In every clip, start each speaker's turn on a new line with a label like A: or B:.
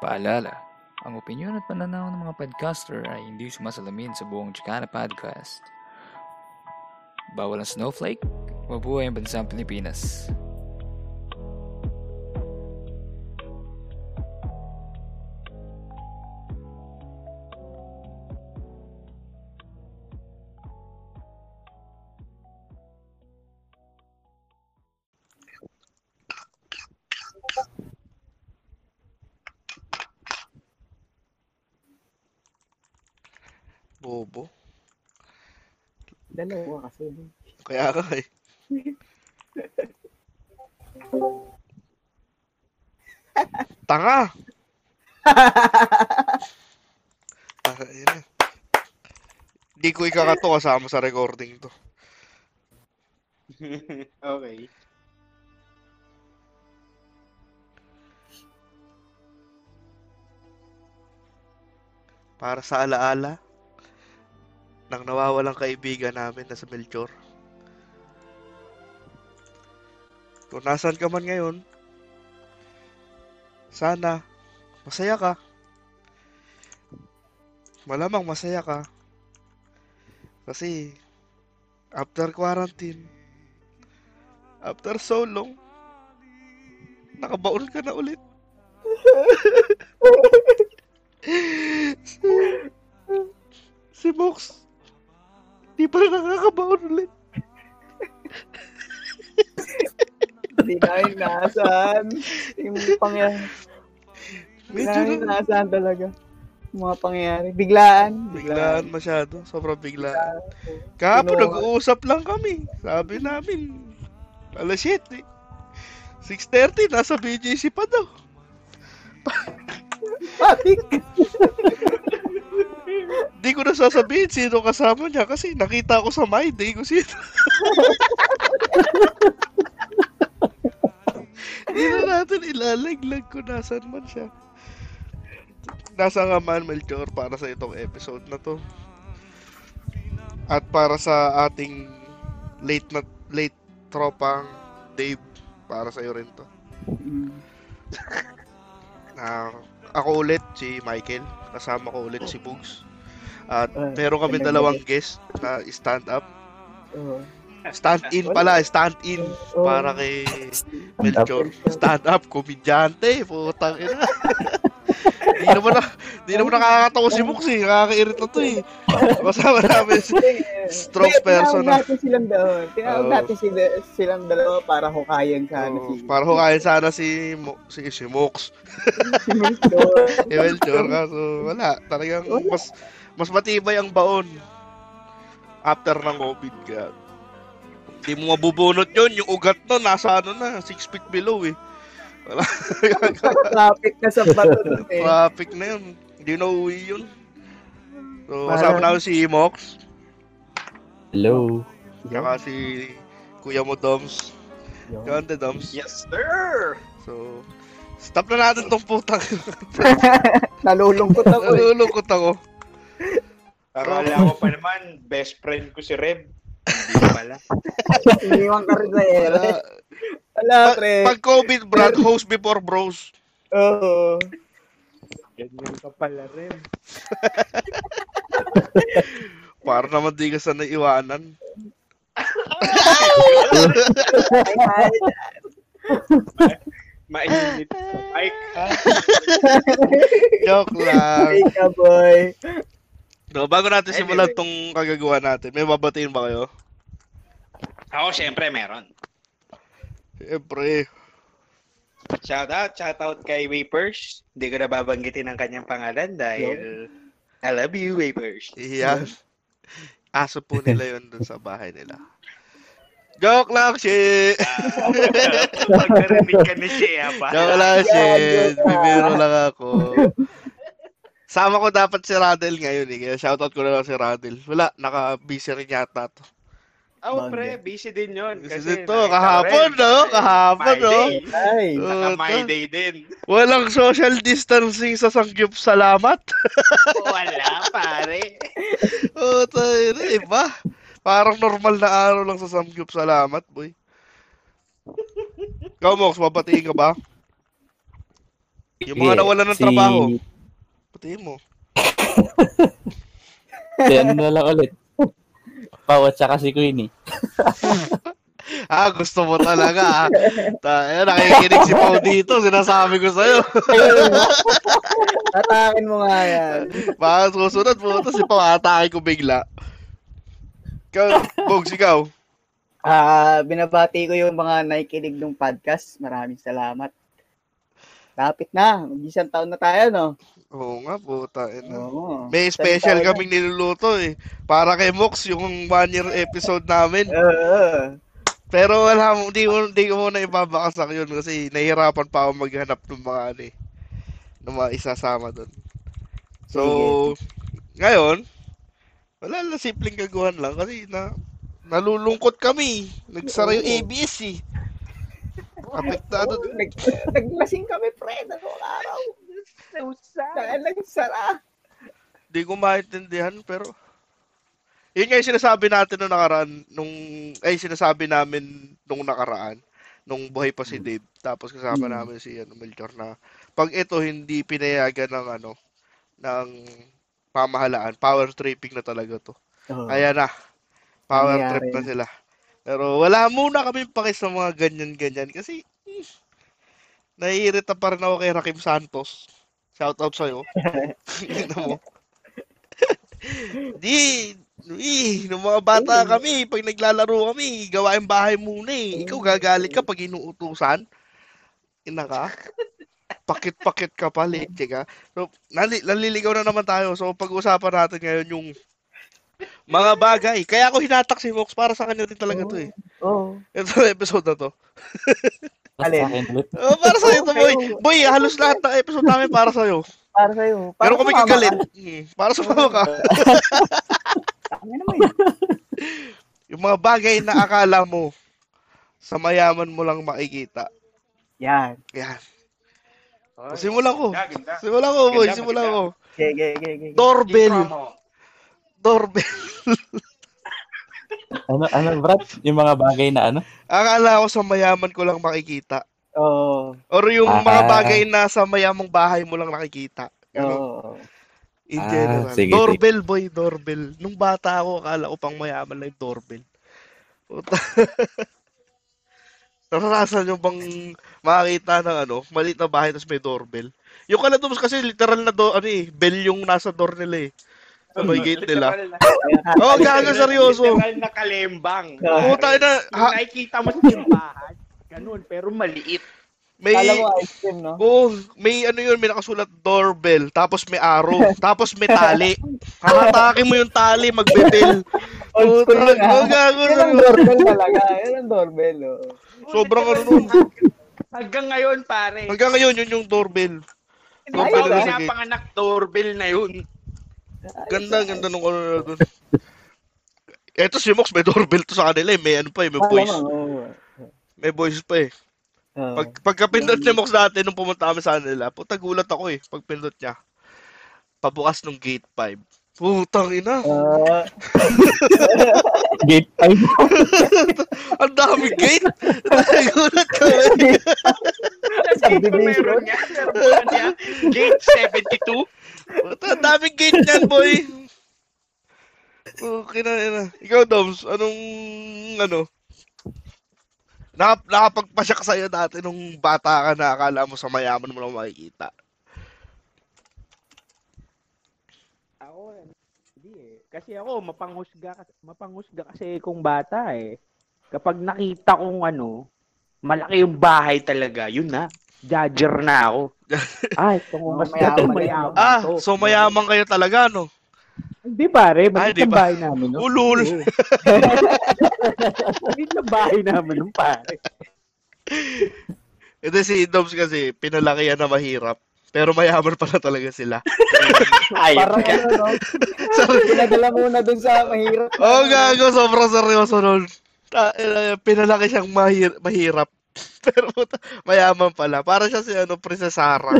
A: Paalala, ang opinion at pananaw ng mga podcaster ay hindi sumasalamin sa buong Chicana Podcast. Bawal ang snowflake, mabuhay ang bansang Pilipinas.
B: Bobo.
C: Dalawa kasi.
B: Kaya ka eh. Tanga! Tanga yun eh. Hindi ko ikakato kasama sa recording to.
C: okay.
B: Para sa alaala ng nawawalang kaibigan namin na sa Melchor. Kung nasaan ka man ngayon, sana masaya ka. Malamang masaya ka. Kasi after quarantine, after so long, nakabaon ka na ulit. si Mox, di pa rin nakakabaon ulit.
C: Hindi namin naasahan. Yung pangyayari. Hindi
B: Medyo
C: namin
B: na-
C: naasahan talaga. Yung Mga pangyayari. Biglaan.
B: Biglaan masyado. Sobrang biglaan.
C: Biglaan.
B: Kahapon
C: Kinuha.
B: nag-uusap lang kami. Sabi namin, alas 7. 6.30, nasa BGC pa daw.
C: Patik!
B: Hindi ko na sasabihin sino kasama niya kasi nakita ko sa my day ko sino. Hindi na natin ilalaglag kung nasan man siya. Nasa nga man Melchor para sa itong episode na to. At para sa ating late na late tropang Dave para sa iyo rin to. Ah, ako ulit si Michael, kasama ko ulit si Bugs. At
C: Ah,
B: meron kami
C: talaga.
B: dalawang guest na stand up.
C: Oo.
B: Stand in pala, stand in
C: Oo.
B: para kay Melchor. Stand up komedyante, putang ina. Di naman na, di naman nakakatawa si Bugs eh, nakakairit na to eh. Kasama namin si strong
C: Oh. Kaya
B: person. ah.
C: Tinawag natin silang dalawa. Tinawag
B: Oo.
C: natin sila- silang dalawa para hukayag sana
B: Oh,
C: si...
B: para hukayin sana si Mo, si si Mox.
C: si Melchor.
B: Eh, Melchor, kaso wala. Talagang
C: Wala.
B: mas mas matibay ang baon after ng COVID ka. Hindi mo mabubunot yun. Yung ugat na, nasa ano na, 6 feet below eh. Wala.
C: Traffic na sa bato nun eh.
B: Traffic na yun. Hindi na uwi yun. So, kasama
C: Parang-
B: namin si Mox,
D: Hello.
B: saka si Kuya mo Doms. Yun, the Doms.
E: Yes, sir!
B: So, stop na natin tong putang.
C: Nalulungkot ako eh.
B: Nalulungkot ako.
E: Akala
B: Oh.
E: ko pa naman, best friend ko si Reb. Hindi pala.
C: Iniwan ka rin sa era.
B: Wala.
C: Wala,
B: Pag,
C: pre.
B: Ah, pag COVID, Brad, host before bros.
C: Oo.
E: Ganyan ka pala, Reb.
B: Para naman di ka sa naiwanan.
C: Ay, ay.
E: Mainit sa mic, ha?
B: Joke
C: Ay,
B: lang.
C: ka, boy.
B: No, bago natin simulan tong kagagawa natin, may babatiin ba kayo?
E: Ako, syempre, meron.
B: Siyempre.
E: Shoutout, shoutout kay Vapers. Hindi ko nababanggitin ang kanyang pangalan dahil I love you, Vapers.
B: Iyan. Aso po nila yun dun sa bahay nila. Joke lang, shit!
E: Pag narinig ka ni Shea pa.
B: Joke lang, shit! Bibiro lang ako. Sama ko dapat si Radel ngayon eh. Kaya shoutout ko na lang si Radel. Wala, naka-busy rin yata to.
E: Oh, pre, busy din yun.
B: Kasi to, oh. kahapon, no? Kahapon,
E: My
B: no?
E: day.
C: Ay.
E: Saka my
B: Puta.
E: day din.
B: Walang social distancing sa sangyup salamat.
E: Wala, pare.
B: Oo, tayo na, eh, iba. Parang normal na araw lang sa Samgyup. Salamat, boy. Ikaw, Mox, mapatiin ka ba? Yung mga nawalan ng
D: si-
B: trabaho, pati mo.
D: Si ano na lang ulit. Pao at saka si Queenie.
B: Ah, gusto mo talaga ah. Tayo, nakikinig si Pao dito, sinasabi ko sa'yo.
C: Tatakin mo nga yan.
B: Baka susunod po ito si Pao, atake ko bigla. Ikaw, Bogs, ikaw.
C: Ah, binabati ko yung mga nakikinig ng podcast. Maraming salamat. Lapit na. Mag-isang taon na tayo, no?
B: Oo nga po, tayo na.
C: Oo.
B: May
C: Isang
B: special
C: taon na.
B: kaming niluluto eh. Para kay Mox, yung one year episode namin.
C: Oo.
B: Pero wala mo, di mo, di ko muna ibabakasak yun kasi nahihirapan pa ako maghanap ng mga ano eh, ng mga isasama doon. So, ngayon, wala lang, simpleng gaguhan lang kasi na, nalulungkot kami. Nagsara yung ABS eh. Apektado.
C: Oo, nag- Naglasing kami, pre. Dalawang araw. So sad. lang sara.
B: Di ko maintindihan pero yun nga yung sinasabi natin nung nakaraan nung ay sinasabi namin nung nakaraan nung buhay pa si Dave tapos kasama
D: Mm.
B: namin si ano Melchor na pag ito hindi pinayagan ng ano ng pamahalaan power tripping na talaga to
C: Oo.
B: kaya na power trip na
C: Nangyari na.
B: sila pero wala muna kami paki sa mga ganyan-ganyan kasi eh, naiirita pa rin ako kay Rakim Santos shout out sa'yo Tingnan mo Di, eh, nung mga bata kami, pag naglalaro kami, gawain bahay muna eh. Ikaw gagalit ka pag inuutusan. Ina ka. Pakit-pakit ka pa, leche ka. So, nali- naliligaw na naman tayo. So, pag-usapan natin ngayon yung mga bagay. Kaya ako hinatak si Mox para sa kanya din talaga to eh.
C: Oo.
B: Ito episode na to.
D: Basta
C: Alin?
D: sa akin ulit.
B: Oh, para sa ito, boy. Boy, halos lahat ng episode namin para sa iyo.
C: Para sa'yo. Para
B: Pero kami
C: sumama
B: kagalit.
C: ka.
B: Mm, Para sa mga ka.
C: Tangina mo eh.
B: Yung mga bagay na akala mo sa mayaman mo lang makikita.
C: Yan.
B: Yan.
E: Oy,
B: Simulan ko.
E: Ganda, ganda.
B: Simulan ko, boy.
E: Maganda,
B: Simulan ko.
E: maganda.
C: Sige, sige, sige, sige.
B: Doorbell.
E: I-promo.
B: Doorbell.
D: Ano, ano, Brad? Yung mga bagay na ano?
B: Akala ko sa mayaman ko lang makikita.
C: Oo.
B: Or yung mga
D: Ah.
B: bagay na sa mayamang bahay mo lang nakikita. Ganun.
C: Oo.
B: In
D: Oh. Ah,
B: general.
D: sige,
B: doorbell, boy. Doorbell. Nung bata ako, akala ko pang mayaman lang yung doorbell. Puta. Naranasan yung bang makakita ng ano, maliit na bahay tapos may doorbell. Yung kalatubos kasi literal na do, ano eh, bell yung nasa door nila eh. Sa may gate nila.
E: Literal na-
B: Oo, oh, gaga seryoso.
E: Literal na kalembang.
C: Oo,
B: Puta na, ha,
E: Yung nakikita mo sa simbahan, ganun, pero maliit.
B: may,
C: Alam mo, ice cream, no?
B: oh, may ano yun, may nakasulat doorbell, tapos may arrow, tapos may tali. Hahatake mo yung tali, magbebel.
C: Old school
B: Puta,
C: yun, ah.
B: oh, gago
C: Yan ang
B: seryoso.
C: doorbell talaga. Yan ang doorbell, oh.
B: Sobrang
E: Literal
B: ano nun.
E: na- Hanggang ngayon, pare.
B: Hanggang ngayon, yun yung doorbell.
E: Hindi pa ako
C: Ayos, ah.
E: pinapanganak doorbell na yun.
B: Ganda, ganda nung ano na doon. Eto si Mox, may doorbell to sa kanila eh. May ano pa eh, may voice.
C: Alam mo, oo.
B: May voice pa eh.
C: Oo.
B: Pag, pagkapindot ni Mox dati nung pumunta kami sa kanila, puta gulat ako eh. Pagpindot niya. Pabukas nung gate 5. Putang ina.
C: Ah,
D: Gate 5.
B: Ang dami gate. Nagulat kami.
E: Sabi ko meron niya. Meron pa niya. Gate 72.
B: Puta, ang dami gate niyan, boy. Okay na, ina. Ikaw, Doms, anong, ano, Nakap nakapagpasyak sa'yo dati nung bata ka na akala mo sa mayaman mo lang makikita.
E: Ako, hindi eh. Kasi ako, mapanghusga, mapanghusga kasi kung bata eh. Kapag nakita kong ano, malaki yung bahay talaga, yun na. Judger na ako. Ay, kung
C: Oh,
E: mas
C: mayaman na.
E: mayaman, mayaman.
B: Ah,
E: to.
B: so mayaman kayo talaga, no?
E: Hindi pare, maliit
B: di
E: ang
B: ba?
E: bahay namin. No?
B: Ulul.
E: Oo. maliit ang bahay namin nung pare.
B: Ito si Doms kasi, pinalakihan na mahirap. Pero mayaman pala talaga sila.
E: Ay,
C: parang ano, no?
B: Sorry.
C: Pinadala muna dun sa mahirap.
B: Oh, gago, sobrang seryoso nun. Ta- eh, pinalaki siyang mahir- mahirap. Pero puta, mayaman pala. Para siya si ano, Princess Sarah.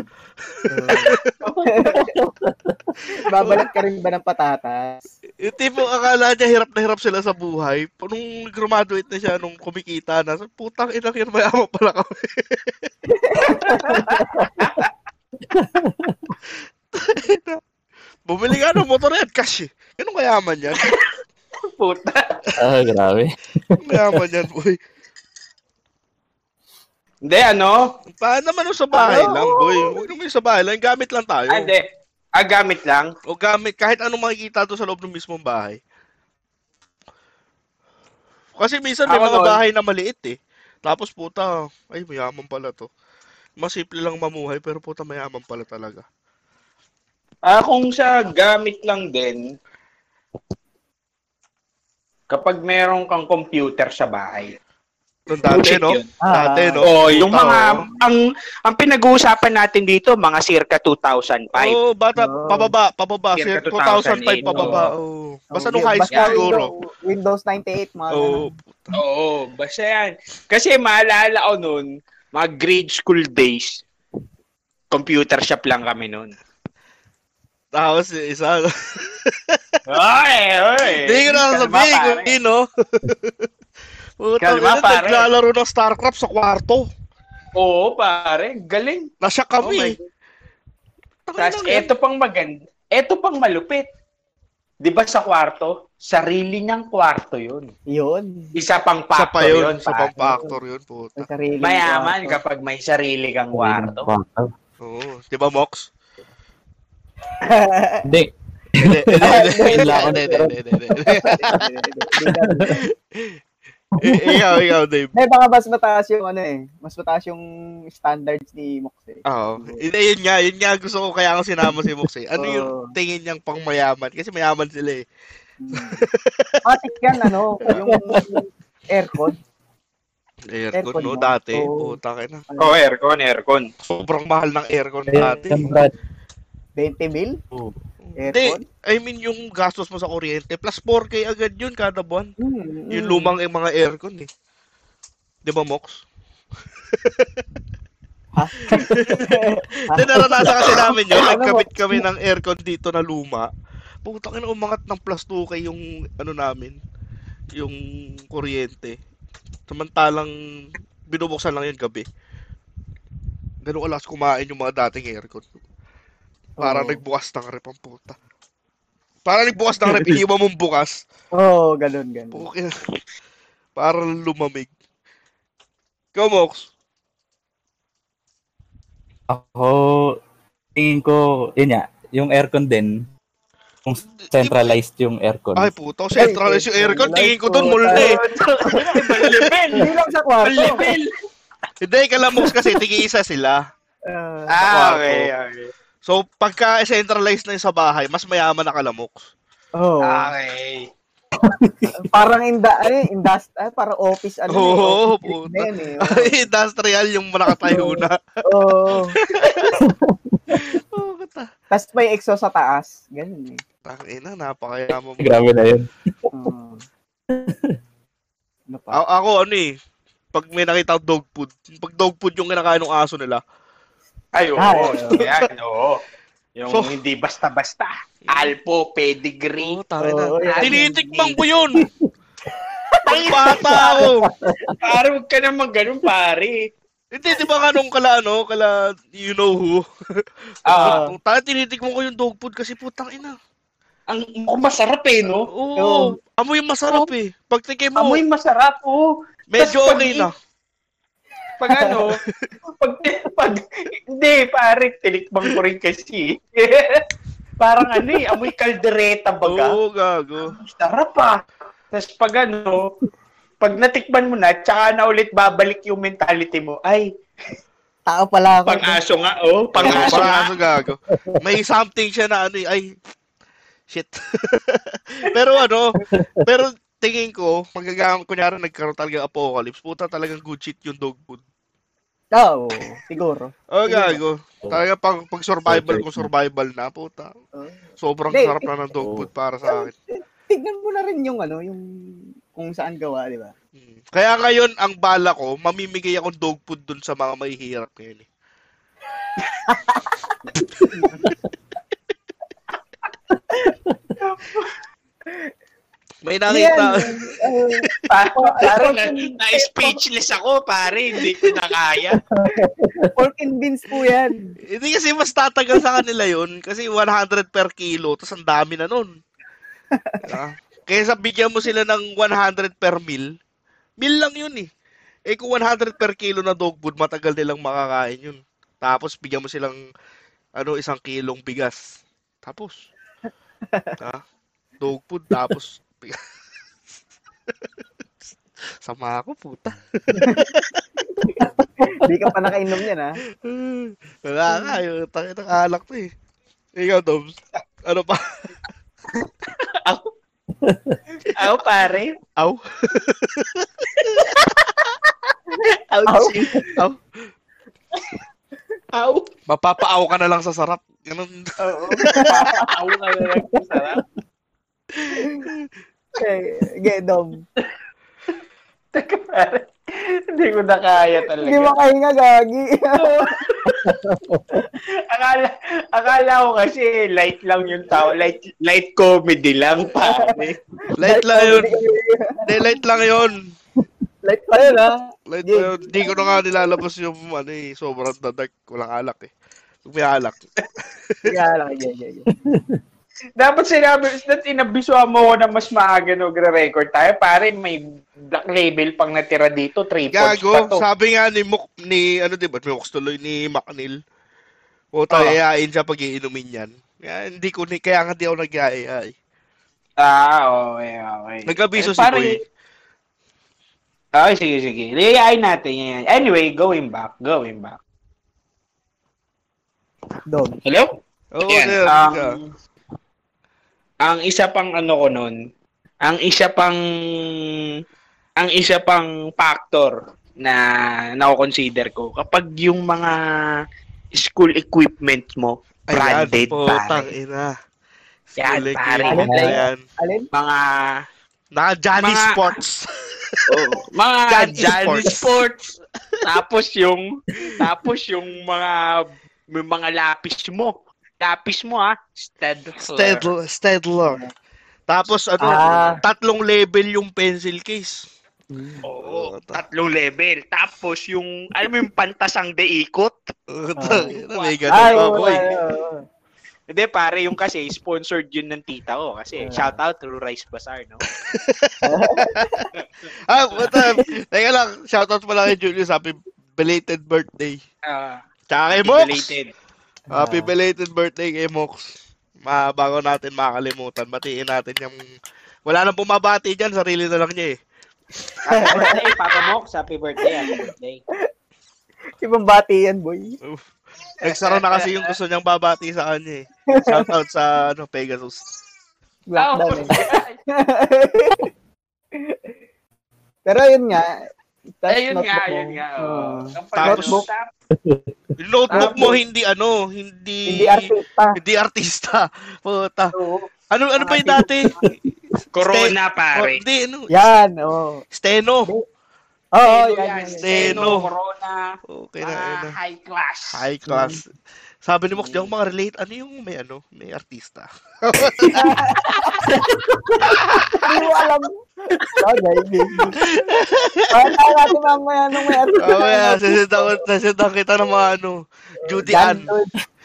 C: Babalat ka rin ba ng patatas?
B: Yung tipong akala niya hirap na hirap sila sa buhay. Pa- Nung graduate na siya, nung kumikita na, sa putang ina, kaya mayaman pala kami. Bumili ka ng motor at cash eh. Ganun kayaman yan.
E: Puta.
D: Ah, grabe.
B: Ganun kayaman yan, boy.
E: Hindi, ano?
B: Paano naman yung sa bahay
E: Ano?
B: lang, boy? Huwag naman yung sa bahay lang. Gamit lang tayo.
E: Ah, hindi. Ah, gamit lang.
B: O gamit, kahit anong makikita to sa loob ng mismong bahay. Kasi minsan may mga
E: Ako nun.
B: bahay na maliit eh. Tapos puta, ay mayaman pala to. Mas simple lang mamuhay pero puta mayaman pala talaga.
E: Ah, kung sa gamit lang din, kapag meron kang computer sa bahay.
B: Nung dati,
E: Bullshit
B: no?
E: yun.
B: Dati, no?
E: Oo, yung
B: Puta,
E: mga,
B: oh.
E: ang, ang pinag-uusapan natin dito, mga circa 2005.
B: Oo, bata,
C: Oo.
B: pababa, pababa. Sir,
E: Circa
B: 2005
E: 2008,
B: pababa. Oo. Basta ano. nung high school, siguro.
C: Windows 98, mga
B: Oo.
C: ganun.
E: Oo, basta yan. Kasi maalala ko noon, mga grade school days, computer shop lang kami noon.
B: Tapos isa,
E: Oy, oy!
B: Hindi ko na sasabihin kung sino. Puta,
E: Kalma,
B: ganun,
E: pare.
B: naglalaro ng StarCraft sa kwarto.
E: Oo, pare. Galing.
B: Nasya
E: Oh my
B: kami. Tangina
E: Tapos
B: nga.
E: eto pang maganda. Eto pang malupit. Di ba sa kwarto? Sarili niyang kwarto yun.
C: Yun.
E: Isa pang
B: Isa
E: factor
B: pa yun,
E: yun.
B: sa
E: pare.
B: pang factor yun, puta.
C: May sarili.
E: Mayaman kapag may sarili kang kwarto.
B: Oo. Di ba, Mox? Eh,
D: Hindi.
B: Hindi, hindi, hindi,
D: Hindi
B: hindi,
D: lang.
B: hindi, hindi, hindi, hindi. Eh, Ikaw, ikaw, Dave.
C: May baka mas mataas yung ano eh. Mas mataas yung standards ni Mox eh.
B: Oo. Hindi, yun nga, yun nga gusto ko kaya ako sinama si Mox eh. Ano yung
C: Oo.
B: tingin niyang pang mayaman? Kasi mayaman sila eh.
C: Hmm. Matik yan ano, yung aircon.
B: Aircon,
C: Aircon
B: no,
C: mo.
B: dati.
C: Oo.
B: Puta ka na.
E: Oo, aircon, aircon.
B: Sobrang mahal ng aircon
D: Ayun,
B: dati.
D: siyempre.
C: 20 mil?
B: Hindi,
C: Aircon?
B: I mean yung gastos mo sa kuryente, plus 4K agad yun kada buwan.
C: Hmm,
B: Yung
C: hmm.
B: lumang yung mga aircon eh. Di ba, Mox?
C: Ha?
B: Hindi, naranasan kasi namin yun.
C: Ano,
B: Nagkabit kami ng aircon dito na luma. Puta ka na, umangat ng plus 2K yung ano namin. Yung kuryente. Samantalang binubuksan lang yun gabi. Ganun alas kumain yung mga dating aircon. Parang
C: Oo.
B: nagbukas ng rep ang puta. Parang nagbukas ng rep, iniwan mong bukas.
C: Oo, oh, ganun, ganun.
B: Okay. Parang lumamig. Ikaw, Mox.
D: Ako, tingin ko, yun nga, yung aircon din, kung centralized yung aircon.
B: Ay, puto. Centralized yung aircon. Tingin ko doon,
C: Ay,
B: mall na eh.
E: Malipin!
C: Hindi lang sa kwarto.
E: Malipin!
B: Hindi, kala Mox kasi tigi-isa sila.
C: Ah,
E: Ah, okay, okay.
B: So, pagka centralized na yung sa bahay, mas mayaman na kala Mox.
C: Oo.
E: Okay.
C: parang inda, ano, indust, ay, parang office, ano,
B: Oo,
C: eh, office
B: puta.
C: na yun, eh.
B: Industrial yung nakatayo na.
C: Oo.
B: Oh, kata.
C: Tapos may exo sa taas. Ganun eh.
B: Tangina, napakayaman mo.
D: Grabe na yun.
C: Oo. Hmm. ano pa?
B: A- ako, ano eh. Pag may nakita akong dog food. Pag dog food yung kinakain ng aso nila.
E: Ay, oo.
C: Ah,
E: yan, oo. Yung
B: So-
E: hindi basta-basta. Alpo, pedigree.
B: Oo, tangina.
C: Oo, yan.
B: Tinitikbang ko yun. Ang bata ako.
E: Pare, huwag ka naman ganun, pare.
B: Hindi, di ba nga nung kala, ano, kala, you know who?
E: Ah.
B: Uh, Tara, tinitikman ko yung dog food kasi putang ina.
E: Ang mukhang masarap eh, no?
B: Oo,
C: Oo.
B: amoy masarap eh. Pag tikim mo,
E: Amoy masarap, oh.
B: medyo
E: tas pag-
B: okay na.
E: Pag ano, pag, pag, hindi, pare, tinikbang ko rin kasi. Parang ano eh, amoy kaldereta baga.
B: Oo, gago.
E: Sarap ah. Tapos pag ano, pag natikman mo na, tsaka na ulit babalik yung mentality mo. Ay,
C: Tao pala ako.
E: pang-aso nga, oh. Pang-aso nga.
B: Pangaso, ano, gago. May something siya na ano eh, ay, shit. pero ano, pero tingin ko, magagamit, kunyari nagkaroon talaga ng apocalypse, puta talagang good shit yung dog food.
C: Oo, siguro.
B: Oh, gago. Talaga pag, pag survival ko, survival na, puta.
C: Oo.
B: Sobrang
C: Hindi.
B: sarap na ng dog food para sa akin.
C: Tignan mo na rin yung ano, yung kung saan gawa, di ba?
B: Mm. Kaya ngayon, ang bala ko, mamimigay akong dog food dun sa mga mahihirap ngayon. eh. May nakita.
C: Oo.
E: Parang
C: Parang-
E: na, na-speechless ako, pare. Hindi ko na kaya.
C: Pork and beans po yan.
B: Hindi kasi mas tatagal sa kanila yun kasi 100 per kilo tapos ang dami na nun. Diba? Kaysa bigyan mo sila ng 100 per meal, meal lang yun eh. Eh kung 100 per kilo na dog food, matagal nilang makakain yun. Tapos bigyan mo silang ano isang kilong bigas. Tapos. Ha? Dog food tapos bigas. Sama ako puta.
C: Hindi ka pa nakainom yan, ah. ha?
B: Wala ka, yung takit ng alak to eh. Ikaw, Doms. Ano pa?
E: Aw, pare.
B: Aw?
E: Aw,
C: Aw.
E: shit. Aw. Aw.
B: Mapapaaw ka na lang sa sarap. Ganun.
E: Oo. Aw na lang. Sarap.
C: Eh, Get dom.
E: Teka, pare. Hindi ko na kaya talaga.
C: Hindi makahinga, gagi.
E: akala, akala ko kasi light lang yung tao. Light, light comedy lang, pare.
B: Light lang yun. Hindi, light lang yun.
C: Light pa yun, ha?
B: Light
C: Yeah.
B: lang yun. Hindi ko na nga nilalabas yung ano eh. Sobrang dadak. Walang alak eh. Pag may alak.
C: Yeah, lang. Yeah, yeah, yeah.
E: Dapat sinabi, dapat inabisuhan mo ko na mas maaga nagre-record tayo. Pare, may black label pang natira dito. Three pods pa
B: Gago.
E: to.
B: Sabi nga ni Mok, ni ano diba? May Mox tuloy ni Macnil. O tayo
E: Ah.
B: yayain siya pag iinumin yan. Kaya hindi ko ni, kaya nga di ako nagyayayay.
E: Ah, okay, okay.
B: Nag-abiso
E: Eh,
B: si
E: pare-
B: Boy.
E: Okay, sige, sige. Liyayain natin yan. Anyway, going back, going back.
C: Dom.
E: Hello?
B: Oo,
E: Ayan,
B: there,
E: ang-
B: ka.
E: ang isa pang ano ko nun, ang isa pang ang isa pang factor na nako-consider ko kapag yung mga school equipment mo,
B: Ayan,
E: branded, pare.
B: putang ina.
E: Yan,
B: Sulik,
E: pare.
B: yung mga
C: Ayan.
B: yan.
C: Alin?
E: mga
B: Naka Johnny
E: Mga-
B: Sports.
E: oh, mga
B: Jan
E: Johnny
B: Sports.
E: Sports. tapos yung tapos yung mga yung mga lapis mo. Lapis mo ah, Stedler.
B: Stedler. Stedler. Tapos ano,
C: Ah.
B: tatlong level yung pencil case.
E: Oo, tatlong level. Tapos yung alam mo yung pantasang deikot. Ah.
B: Putang ina, may ganun
C: Ay,
B: pa,
C: wala.
B: boy.
C: oo.
E: Hindi, pare, yung kasi, sponsored yun ng tita ko. Kasi, shout out to Rice Bazaar, no?
B: Ah, what up? Teka lang, shoutout pala kay Julius. Happy belated birthday.
E: Ah,
B: Tsaka kay Mox.
E: related.
B: Happy belated birthday kay Mox. Ma, bago natin makalimutan, batiin natin yung... Wala nang bumabati dyan, sarili na lang niya eh.
E: Happy birthday, Papa Mox. Happy birthday, happy birthday.
C: Ibang bati yan, boy.
B: Nagsara na kasi yung gusto niyang babati sa kanya eh. Shoutout sa ano, Pegasus.
E: Ah,
C: Lockdown. eh. Pero yun nga. that's
E: Ayun
C: not
E: Eh, nga,
C: the-
E: ayun nga.
C: Oo.
E: Oh.
B: Tapos- Yung notebook mo hindi ano,
C: Hindi
B: hindi...
C: artista.
B: Hindi artista. Puta.
C: Oo.
B: Ano ano pa yung dati? Oh,
E: Corona, pare.
B: hindi, ano?
C: Yan, oo.
B: Steno.
C: Oo, oh,
E: Steno
C: yan.
E: yan,
C: yan.
B: Steno.
E: Corona,
B: Okay na,
E: mga
B: ano.
E: high class.
B: High class. Sabi ni Mox, di ako makarelate. Ano yung may ano? May artista.
C: Hindi mo alam. Bagay, baby. Pakita natin mamaya nung may Ano? artista.
B: Oh, yeah. Sasita, sasita kita ng mga ano. Judy Ann.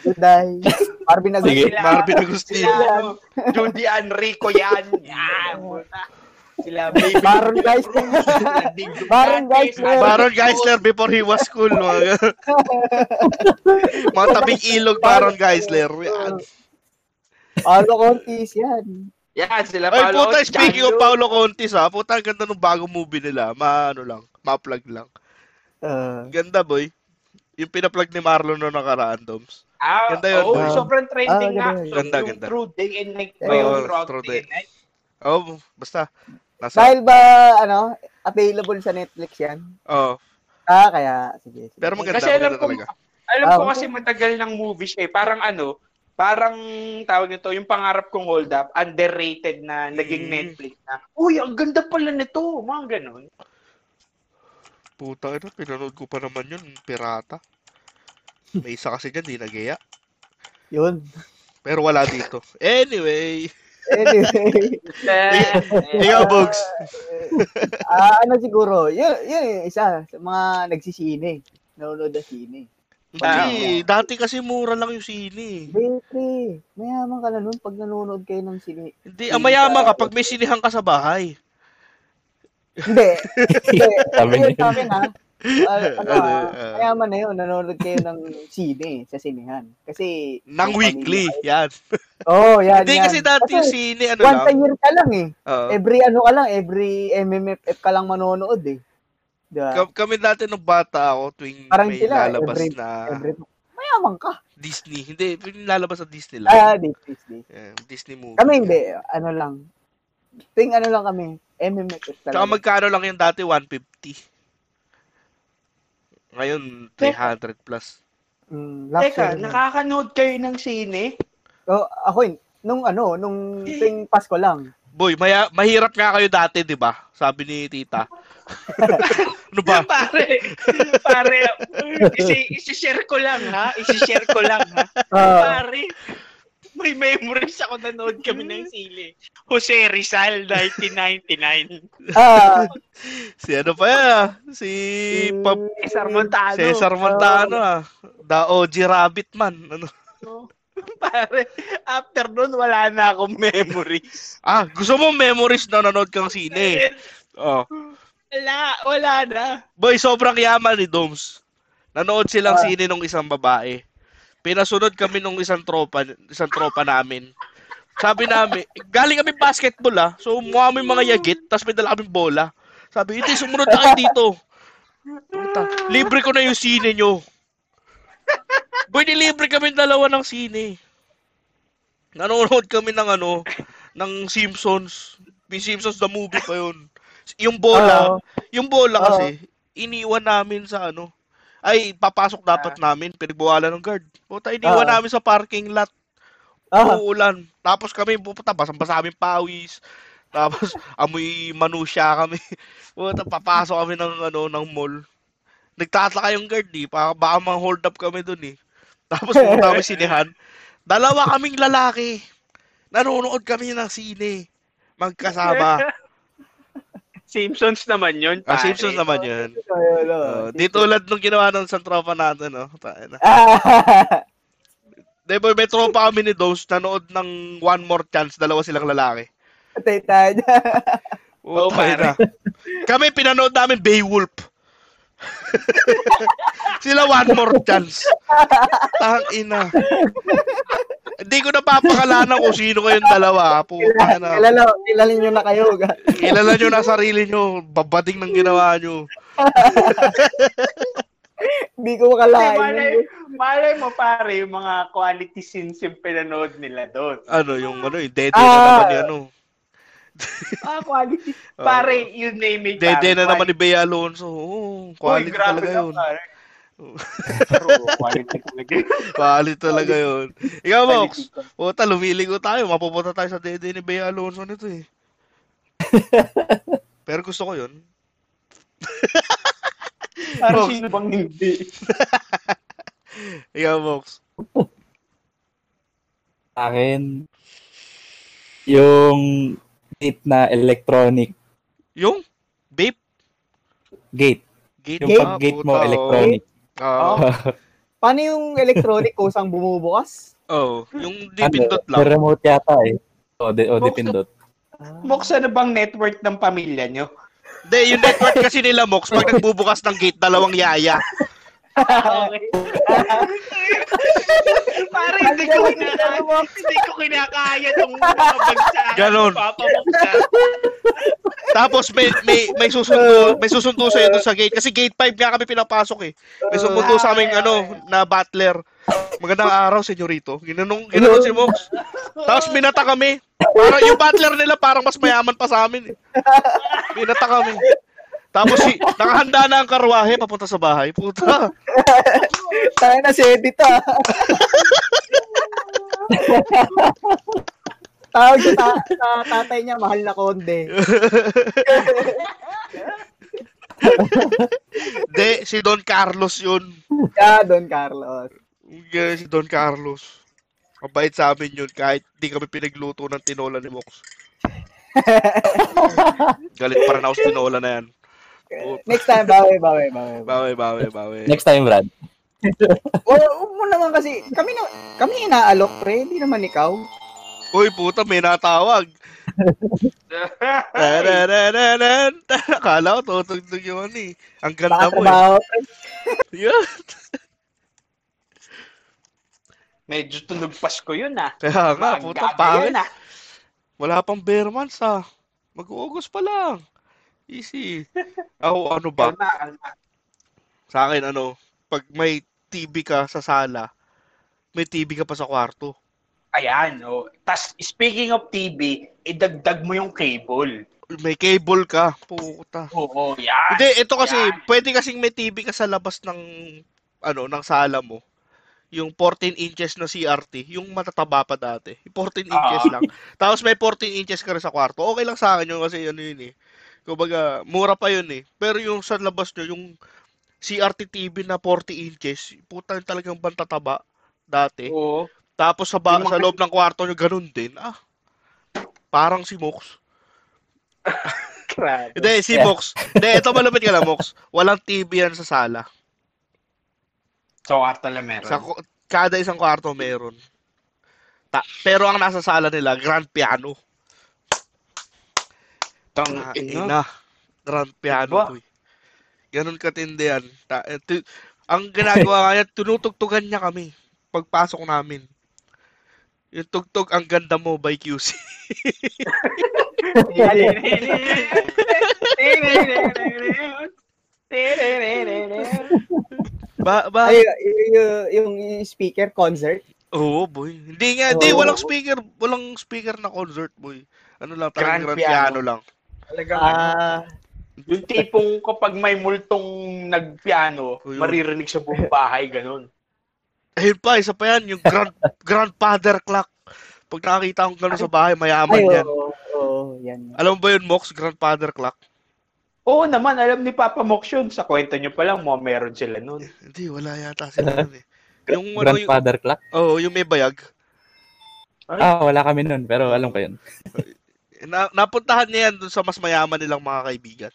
C: Juday. Marvin na
D: Sige.
B: Marvin Agustin.
E: Sila, ano, Judy Enrico yan. Yan, puta. Sila, baby.
C: Baron guys.
E: Sila, Big Dugatis,
C: Baron guys,
E: Baron
B: Baron Geisler before he was cool. Mga, ganun. mga tabing ilog Baron Geisler. Yan.
C: Paolo Contis yan.
E: Yan, sila
B: Ay,
E: Paolo.
B: puta, speaking
E: Janlo.
B: of Paolo Contis, ha, puta, ang ganda ng bagong movie nila. Ma, ano lang, ma-plug lang.
C: Uh,
B: Ganda, boy. Yung pina-plug ni Marlon noong nakaraan, Doms.
E: Ah,
B: Ganda yun.
E: oo,
C: Ah.
E: sobrang
C: Ah,
E: trending nga.
C: ganda yun.
B: Ganda,
E: Yung
B: ganda.
E: True day and night
C: Oo,
E: pa yung throughout
B: true
E: the
B: day.
E: night.
B: Oh, basta. Nasa,
C: dahil ba, ano, available sa Netflix yan?
B: oh,
C: Ah, kaya, sige. sige.
B: pero maganda,
E: Kasi
B: maganda
E: alam ko,
B: talaga.
E: alam ko
C: Ah,
E: kasi matagal ng movies eh. Parang ano, parang tawag nito, yung pangarap kong hold up, underrated na naging
B: Mm.
E: Netflix na. Uy, ang ganda pala nito. Mga ganun.
B: Puta, ano, pinanood ko pa naman yun, pirata. May isa kasi dyan, di nageya.
C: Yun.
B: Pero wala dito. Anyway,
C: Anyway. Eh,
E: Eh,
B: ikaw, Bugs.
C: Ah, ano siguro, yun, yun, yung isa, sa mga nagsisine. Nanonood na sine.
B: Hindi, dati kasi mura lang yung sine. eh.
C: Baby, mayaman ka na nun pag nanonood kayo ng sini.
B: Hindi, ang mayaman ka pag may sinihan ka sa bahay.
C: Hindi. Hindi.
D: Sabi
C: Ayun
D: niya.
C: sa akin, ha? Ah, ano,
B: Ano,
C: ah,
B: ah.
C: mayaman na yun, nanonood kayo ng sine sa sinehan. Kasi...
B: Nang
C: yung
B: weekly, yan.
C: pamilya- Oo, oh, yan,
B: Hindi
C: yan.
B: kasi dati yung
C: kasi
B: sine, ano
C: once a
B: lang. Oh.
C: year ka lang eh.
B: Oo.
C: Every ano ka lang, every MMFF ka lang manonood eh. Diba?
B: Kam- kami dati nung bata ako, tuwing
C: Parang
B: may
C: sila,
B: lalabas
C: every-
B: na
C: every... Mayaman ka.
B: Disney. Hindi, yung lalabas sa Disney lang.
C: Ah, di, please, di.
B: Eh, Disney movie.
C: Kami hindi, ano lang. Ting ano lang kami, MMFF talaga.
B: Tsaka magkano lang yung dati, 150. Ngayon, 300 plus.
C: Mm, last year
E: Teka,
C: yun.
E: nakakanood kayo ng sine?
C: Oh, ako yun. Nung ano, nung ting Pasko lang.
B: Boy, maya, mahirap nga kayo dati, di ba? Sabi ni tita. ano ba?
E: Pare, pare, isi, isi-share ko lang ha, isi-share ko lang ha.
C: Ah,
E: Pare, may memories ako nanood kami ng sili. Jose Rizal, 1999.
C: ah,
B: Si ano pa yan? ah? Si Pap
E: Cesar
B: Mm.
E: Montano.
B: Cesar Montano ah. The OG Rabbit Man. Ano?
E: Pare, after nun, wala na akong memories.
B: Ah, gusto mo memories na nanood kang sine. Oh.
E: Wala, wala na.
B: Boy, sobrang yaman ni Doms. Nanood silang sine nung isang babae. Pinasunod kami nung isang tropa, isang tropa namin. Sabi namin, galing kami basketball ah. So, mukha kami mga yagit, tapos may dala kaming bola. Sabi, hindi, sumunod na kayo dito. Puta, libre ko na yung sine nyo. Boy, nilibre kami dalawa ng sine. Nanonood kami ng ano, ng Simpsons. Yung Simpsons the movie pa yun. Yung bola,
C: Ah, Oo.
B: yung bola
C: Oo.
B: kasi, iniwan namin sa ano. Ay, papasok dapat
C: Ah.
B: namin. Pinagbawalan ng guard. Puta, iniwan
C: Oo.
B: namin sa parking lot.
E: Oh.
C: ah,
B: Uulan. Tapos kami, pupunta, basang-basa aming pawis. Tapos, amoy manusya kami. Puta, papasok kami ng, ano, ng mall. Nagtataka yung guard, eh. Baka, baka mang hold up kami dun, eh. Tapos, pumunta kami sinihan. Dalawa kaming lalaki. Nanonood kami ng sine. Magkasama.
E: Simpsons naman yun,
B: Ang
E: pare.
B: Ah, Simpsons naman yun.
C: ayun, oh.
B: Oh, di tulad nung ginawa ng isang tropa natin, no? Tayo na.
C: Ah,
B: Di ba, may tropa kami ni Dose, nanood ng One More Chance, dalawa silang lalaki.
C: patay tayo.
E: Oo,
B: tayo
E: pare.
B: Kami, pinanood namin Beowulf. Sila One More Chance. Tang ina. Hindi ko napapakalanan kung sino kayong dalawa. ah. Puta na.
C: Kilala, kilala nyo na kayo. ga.
B: Kilala nyo na sarili nyo. Babating ng ginawa nyo.
C: Hindi ko makalain.
E: Kasi malay, malay mo pare, yung mga quality scenes yung pinanood nila doon.
B: Ano, yung ano, yung dede na
C: Ah.
B: naman yung ano.
E: Ah, quality. Pare, you name
B: Oh.
E: it.
B: Dede
E: pare,
B: na naman
E: quality.
B: ni Bea Alonso. Oo, quality
E: Uy, grabe
B: talaga
E: ka,
B: yun. Oh.
E: pare.
B: Oo.
E: True, quality talaga.
B: Quality talaga yun. Ikaw, Mox.
E: Quality ko.
B: Puta, lumiligo tayo. Mapupunta tayo sa dede ni Bea Alonso nito eh. Pero gusto ko yun.
E: Parang sino bang hindi?
B: Ikaw, Mox.
D: Sa akin, yung gate na electronic
B: Yung? Vape?
D: gate.
B: Gate? Ah,
D: Yung
C: Gate?
D: pag-gate
B: Puta,
D: mo,
B: oh. Ah. oo.
D: electronic. Ah.
B: Oo.
C: Paano yung electronic kusang bumubukas?
B: Oo. Oh, Yung di
D: Ano,
B: pindot
D: may
B: lang.
D: remote yata eh. O, di, o, di pindot.
E: Buksan na ano bang network ng pamilya nyo?
B: Hindi, yung network kasi nila, Mox, pag nagbubukas ng gate, dalawang yaya.
E: Okay. Pare, hindi ko kinakaya. Hindi ko kinakaya tong mabagsak.
B: Ganon.
E: Papabagsak.
B: Tapos may may may susundo, may susundo sa doon sa gate kasi gate 5 nga kami pinapasok eh. May sumundo sa aming ano na butler. Magandang araw, senyorito. Ginanong ginanong si Mox. Tapos minata kami. Parang yung butler nila parang mas mayaman pa sa amin. eh. Minata kami. Tapos si, nakahanda na ang karwahe papunta sa bahay. Puta.
C: Tayo na si Edith ah. Tawag sa, ta- sa tatay niya, mahal na konde.
B: De, si Don Carlos yun.
C: Kaya Ah, Don Carlos.
B: Yeah, si Don Carlos. Mabait sa amin yun kahit di kami pinagluto ng tinola ni Mox. Galit pa rin ako sa tinola na yan.
C: Next time, bawi, bawi, bawi. bawi.
B: Bawe, bawe, bawe. ano,
D: Next time, Brad.
C: Wala, huwag mo naman kasi, kami na, kami inaalok, pre, hindi naman ikaw.
B: Uy, puta, may natawag. Tararararan. Akala ko tutugtog yung ano eh. Ang ganda
C: Baka
B: mo eh.
C: trabaho, pre.
B: Yun.
E: Medyo tunog Pasko yun ah.
B: Kaya nga,
E: Maang
B: puta,
E: gabi
B: pangit.
E: yun, ah.
B: Wala pang bare months ah. Mag-uugos pa lang. Easy. Ako, ano ba?
E: Kalma, kalma.
B: Sa akin, ano, pag may TV ka sa sala, may TV ka pa sa kwarto.
E: Ayan, oh. Tas, speaking of TV, idagdag mo yung cable.
B: May cable ka. Puta.
E: Oo, yan.
B: Hindi, ito kasi,
E: Yan.
B: pwede kasing may TV ka sa labas ng, ano, ng sala mo. Yung 14 inches na CRT, yung matataba pa dati. Yung 14 inches
E: Ah.
B: lang. Tapos may 14 inches ka rin sa kwarto. Okay lang sa akin yun kasi ano yun eh. Kumbaga, mura pa yun eh. Pero yung sa labas nyo, yung CRT TV na 40 inches, puta yun talagang bantataba dati.
E: Oo.
B: Tapos sa, ba-
E: Yung mga-
B: sa loob ng kwarto nyo, ganun din. Ah, parang si Mox.
E: Grabe.
B: Hindi, si
D: Yeah.
B: Mox. Hindi, ito malapit ka lang, Mox. Walang TV yan sa sala.
E: So, Arta lang meron.
B: Sa, ku- kada isang kwarto meron. Ta- pero ang nasa sala nila, grand piano.
E: Tang
B: Ah,
E: ina. Diba?
B: ina. Grand piano,
E: Iba.
B: boy. Ganun katindi yan. Ta- eh, tu- ang ginagawa kaya, tinutugtugan niya kami. Pagpasok namin. Yung tugtog, ang ganda mo by QC. ba, ba?
C: Ay, y- y- yung speaker concert.
B: Oo, boy. Hindi nga, hindi,
C: Oo.
B: walang speaker, walang speaker na concert, boy. Ano lang, talagang
E: Grand
B: grand, piano.
E: piano.
B: lang.
E: Talagang ano,
C: Ah,
E: yung tipong kapag may multong nagpiano,
B: Uy,
E: maririnig sa buong bahay, ganun.
B: Ayun pa, isa pa yan, yung grand, grandfather clock. Pag nakakita kong gano'n sa bahay, mayaman
C: ay, oo,
B: yan.
C: oo, oo, yan.
B: Alam mo ba yun, Mox, grandfather clock?
E: Oo naman, alam ni Papa Mox yun. Sa kwento nyo pa lang, mga meron sila nun.
B: Hindi, wala yata sila nun eh. Yung, ano, yung,
D: Grandfather clock?
B: oh, yung may bayag.
D: Ah, wala kami nun, pero alam ko yun.
B: Na, napuntahan niya yan dun sa mas mayaman nilang mga kaibigan.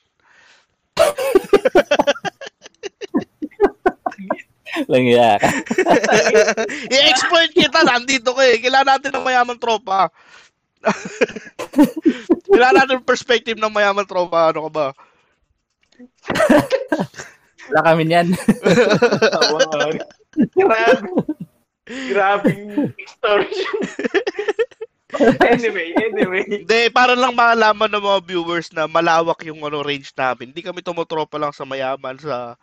D: Lang ah. iya.
B: I-exploit kita, nandito ka eh. Kailangan natin ng mayaman tropa. Kailangan natin ng perspective ng mayaman tropa. Ano ka ba?
D: Wala kami niyan.
E: Tawag. Grabe. Grabing extortion. anyway, anyway.
B: Hindi, para lang malaman ng mga viewers na malawak yung ano range namin. Hindi kami tumotropa lang sa mayaman, sa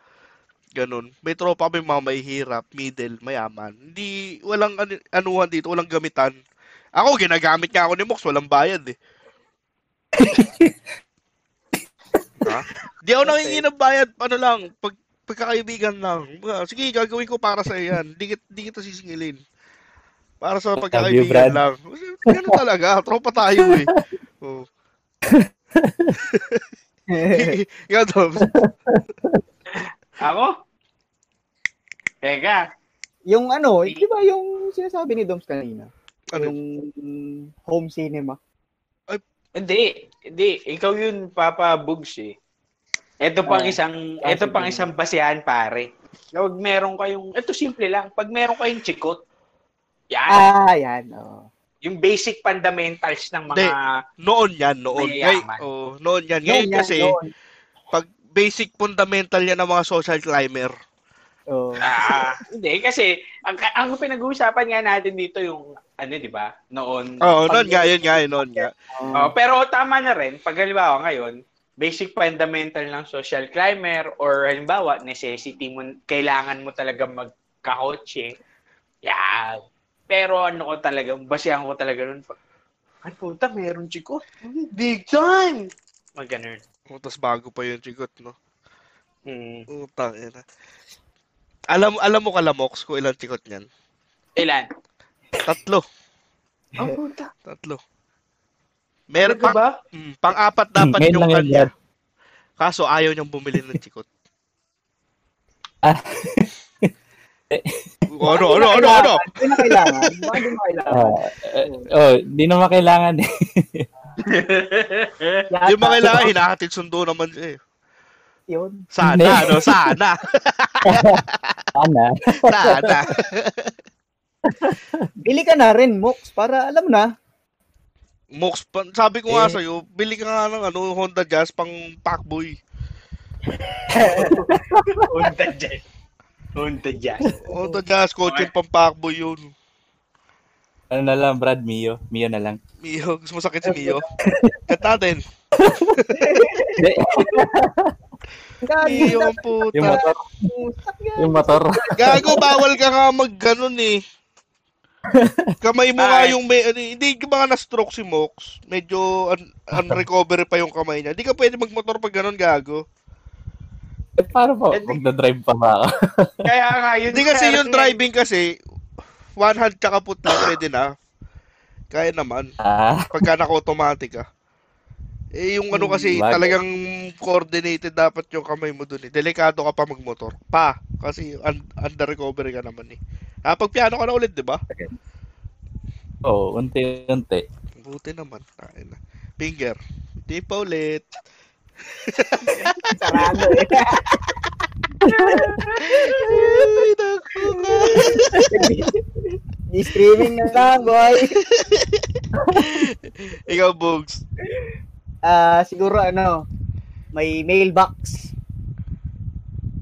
B: ganun. May tropa kami mga may hirap, middle, mayaman. Hindi, walang ano, anuhan dito, walang gamitan. Ako, ginagamit nga ako ni Mox, walang bayad eh. ha? Di ako nangingi ng bayad, ano lang, pag, pagkakaibigan lang. Ah, Sige, gagawin ko para sa yan. Di, kit- di kita sisingilin. Para sa
D: Love you,
B: pagkakaibigan
D: Brad.
B: lang. Ganun talaga, tropa tayo eh. Oh. Ikaw, Dobbs.
E: Ako? Teka.
C: yung ano, di ba yung sinasabi ni Doms kanina?
B: Ano?
C: Yung home cinema.
E: Hindi, hindi. Ikaw yun, Papa Bugs eh. Ito pang
C: Ah,
E: isang,
C: ah,
E: ito
C: sige.
E: pang isang basihan, pare. Pag meron kayong, ito simple lang, pag meron kayong chikot, yan,
C: Ah, yan, oo.
E: yung basic fundamentals ng mga,
B: Noon yan, noon. Ngay-
E: Mayayaman.
B: oh, noon yan.
C: Yun,
B: Ngayon
C: yan,
B: kasi,
C: yun.
B: pag basic fundamental yan ng mga social climber.
C: Oo.
E: ah, hindi, kasi, ang, ang pinag-uusapan nga natin dito yung, ano, di ba, noon.
B: Oo, oh,
E: pag-
B: noon nga, yun nga, yun, noon nga.
C: Mm.
E: Oh, pero tama na rin, pag halimbawa ngayon, basic fundamental ng social climber or halimbawa, necessity mo, kailangan mo talaga magkakotse. Yan. Pero ano ko talaga, basihan ko talaga nun. pag, Ay, puta, meron chiko. Hmm, Big time! Mag ganun.
B: Oh, Tapos bago pa yung chigot, no?
E: Hmm.
B: Utang, ina. Alam, alam mo kalamox ko ilang chigot niyan?
E: Ilan?
B: Tatlo.
E: Oh, puta.
B: Tatlo. Meron
E: Talaga
B: pang,
E: ba?
B: mm, pang-apat dapat
D: Ngayon
B: yung
D: lang
B: kanya.
D: yan,
B: Kaso ayaw niyang bumili ng chikot.
D: Ah.
B: ano, ano, ano, ano?
C: Hindi na kailangan. Baka Hindi na kailangan.
D: Ah, eh, oh, di naman kailangan eh.
C: Lahat
B: Yung mga
C: na-
B: kailangan, hinahatid sundo naman siya eh.
C: Yun.
B: Sana,
D: Hindi.
B: ano, sana.
D: Sana.
B: Sana.
C: Bili ka na rin, Mox, para alam na.
B: Mox, pa- sabi ko nga
D: Eh.
B: sa'yo, bili ka nga ng ano, Honda Jazz pang Packboy.
E: Punta dyan. Punta dyan.
B: Honda Jazz, kotse pang Packboy yun.
D: Ano na lang, Brad, Mio. Mio na lang.
B: Mio, gusto mo sakit si Mio? Kanta din.
D: Hindi,
C: Gagi
B: Mio,
C: na
B: ang
D: yung
B: puta.
D: motor.
C: putak yan.
D: Yung motor.
B: Gago, bawal ka nga mag ganun eh. Kamay mo nga
E: Ay.
B: yung may, ano, hindi ka ba nga na-stroke si Mox? Medyo un- unrecovery pa yung kamay niya. Hindi ka pwede magmotor pag ganun, gago.
D: Eh, Paano po? Magdadrive pa ba ako?
E: Kaya nga, yun.
B: Hindi kasi yung driving kasi, one hand tsaka put lang, pwede na. Kaya naman,
D: Ah,
B: pagka naka-automatic ka. Eh, yung ano kasi,
D: Hmm, bagay.
B: talagang coordinated dapat yung kamay mo dun eh. Delikado ka pa magmotor. Pa, kasi un- under recovery ka naman eh. Ah, pag piano ka na ulit, di ba?
D: oo. Oh, unti-unti.
B: Buti naman. Tayo na. Finger. Hindi pa ulit.
C: Sarado eh.
B: Ay, naku ka.
C: Di-streaming na lang, boy.
B: Ikaw, Bugs.
C: Ah, siguro ano, may mailbox.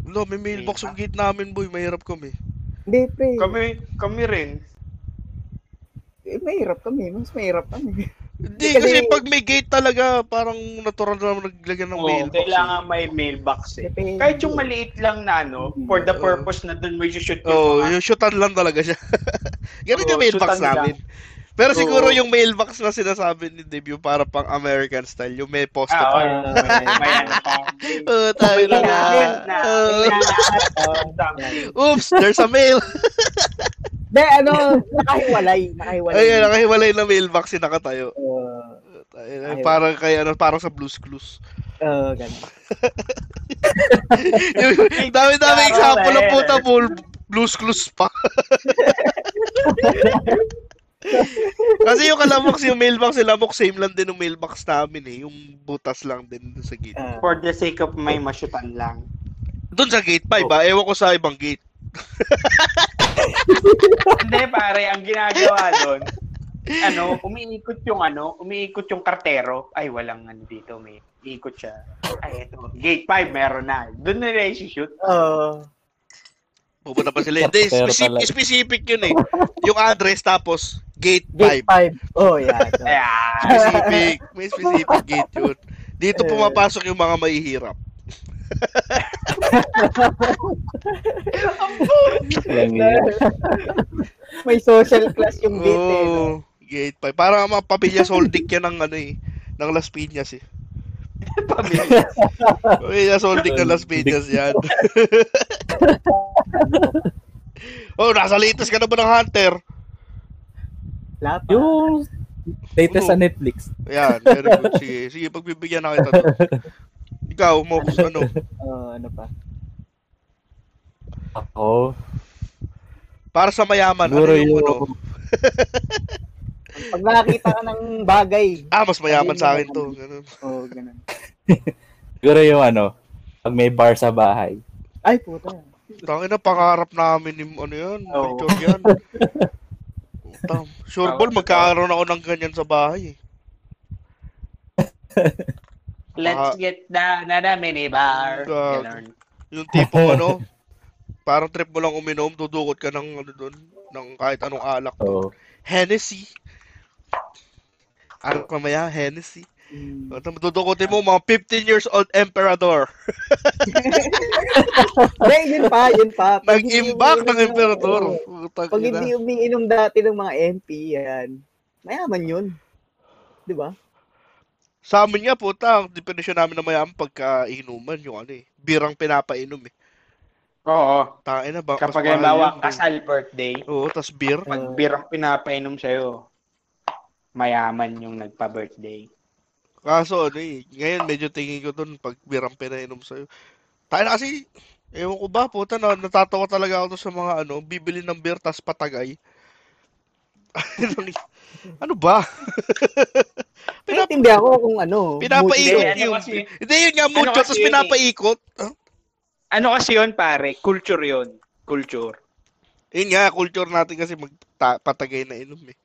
B: No, may mailbox yung gate namin, boy. Mahirap kami.
C: Hindi, pre.
E: Kami, kami rin.
C: Eh, mahirap kami. Mas mahirap kami.
B: Hindi,
C: Kasi-
B: kasi pag may gate talaga, parang natural na naglagyan ng
E: Oo,
B: mailbox. eh.
E: kailangan may mailbox eh.
C: Depende.
E: Kahit yung maliit lang na ano, for the
B: Oo.
E: purpose na doon may shoot yung
B: Oo,
E: mga...
B: yung shootan lang talaga siya. Ganun
E: Oo,
B: yung mailbox
E: shootan lang.
B: namin. Pero
E: Oo.
B: siguro yung mailbox na sinasabi ni Dave yung para pang American style, yung may posta
E: Ah,
B: pa.
E: oo, yun, yun, yun. may ano pa.
B: Oo, tayo na Oh. nga.
E: na.
B: Oo.
E: Something.
B: Oops, there's a mail.
C: Hindi, ano, nakahiwalay. Nakahiwalay.
B: Ayun, nakahiwalay na mailbox, yung nakatayo.
C: Uh,
B: Ayun,
C: Ayun.
B: parang kay ano, parang sa Blues Clues.
C: uh, ganun.
B: Yung dami-dami
E: Parang
B: example ng
E: eh.
B: puta full Blues Clues pa. Kasi yung kalamox, yung mailbox nila, Mox, same lang din yung mailbox namin eh. Yung butas lang din dun sa gate.
C: Ah.
E: For the sake of may masyutan lang.
B: Doon sa gate 5 ba? Ewan ko sa ibang gate.
E: Hindi pare, ang ginagawa doon, ano, umiikot yung ano, umiikot yung kartero. Ay, walang ano dito, may iikot siya. Ay, eto, gate 5 meron na. Doon nila i-shoot.
C: Oo.
B: Pupunta pa sila. eh. Hindi,
D: Pero
B: specific,
D: talaga.
B: specific yun eh. Yung address tapos gate 5.
C: gate 5. Oh, yeah.
E: Ayan.
B: Specific. May specific gate yun. Dito
C: Eh.
B: pumapasok yung mga mahihirap.
D: Lang yun.
C: may social class yung gate eh. no?
B: Oh, gate 5. Parang ang mga pamilya soldik yan ng ano eh. Ng Las Piñas eh.
E: Pamilya.
B: Pamilya soldik ng Las Piñas yan. oh, nasa latest ka na ba ng Hunter?
C: Wala pa.
D: Yung latest sa
B: Ano?
D: Netflix.
B: Ayan, very good. Sige, sige pagbibigyan na kita doon. Ikaw, mo, ano,
C: Oh, ano pa?
D: Ako.
B: para sa mayaman, ano
D: Siguro
B: yung,
D: yung...
B: ano?
C: Pag nakakita ka ng bagay.
B: Ah, mas mayaman
C: Ayun,
B: sa akin
C: mayaman.
B: to. Ganun.
C: Oh, ganun.
D: Siguro yung ano. Pag may bar sa bahay.
C: Ay, puta.
B: Tangin na, pangarap namin ni, ano yun,
E: Oo.
B: picture yan. Tam, sure
E: Tama,
B: ball,
E: totoo.
B: magkakaroon ako ng ganyan sa bahay. eh.
E: Let's get down na na minibar.
B: Gag.
E: Ganun.
B: Yung tipong ano, parang trip mo lang uminom, dudukot ka ng ano doon, ng kahit anong alak.
D: Oo.
B: Hennessy. Alak mamaya, Hennessy.
C: Mm.
B: Dudukotin
E: Ah.
B: mo, mga 15 years old emperador.
C: Hindi, yun pa, yun pa. Pag hindi
B: Nag-imbak ng
C: umiinom-
B: emperador.
C: Oo.
B: Putang
C: Pag
B: ina.
C: hindi umiinom dati ng mga MP, yan. Mayaman yun. Di ba?
B: Sa amin nga puta, ang definition namin na mayaman pagka inuman yung ano eh. Birang pinapainom eh.
E: Oo.
B: Tangin na ba?
E: Kapag halimbawa, kasal birthday,
B: Oo, tas beer.
E: pag beer ang pinapainom sa'yo, mayaman yung nagpa-birthday.
B: Kaso ano eh, ngayon medyo tingin ko dun pag beer ang pinainom sa'yo. Tangin na kasi, ewan ko ba puta, na, natatawa talaga ako dun sa mga ano, bibili ng beer tas patagay. ano ba? Pinap-
C: Naintindi ako kung ano.
B: Pinapaikot
E: Hindi, ano
B: yung...
E: kasi-
B: Hindi, yun nga mucho,
E: Ano kasi
B: tapos
E: yun eh.
B: pinapaikot.
E: Ano kasi yun, pare? Culture yun. Culture.
B: Yun nga, culture natin kasi magpatagay na inom eh.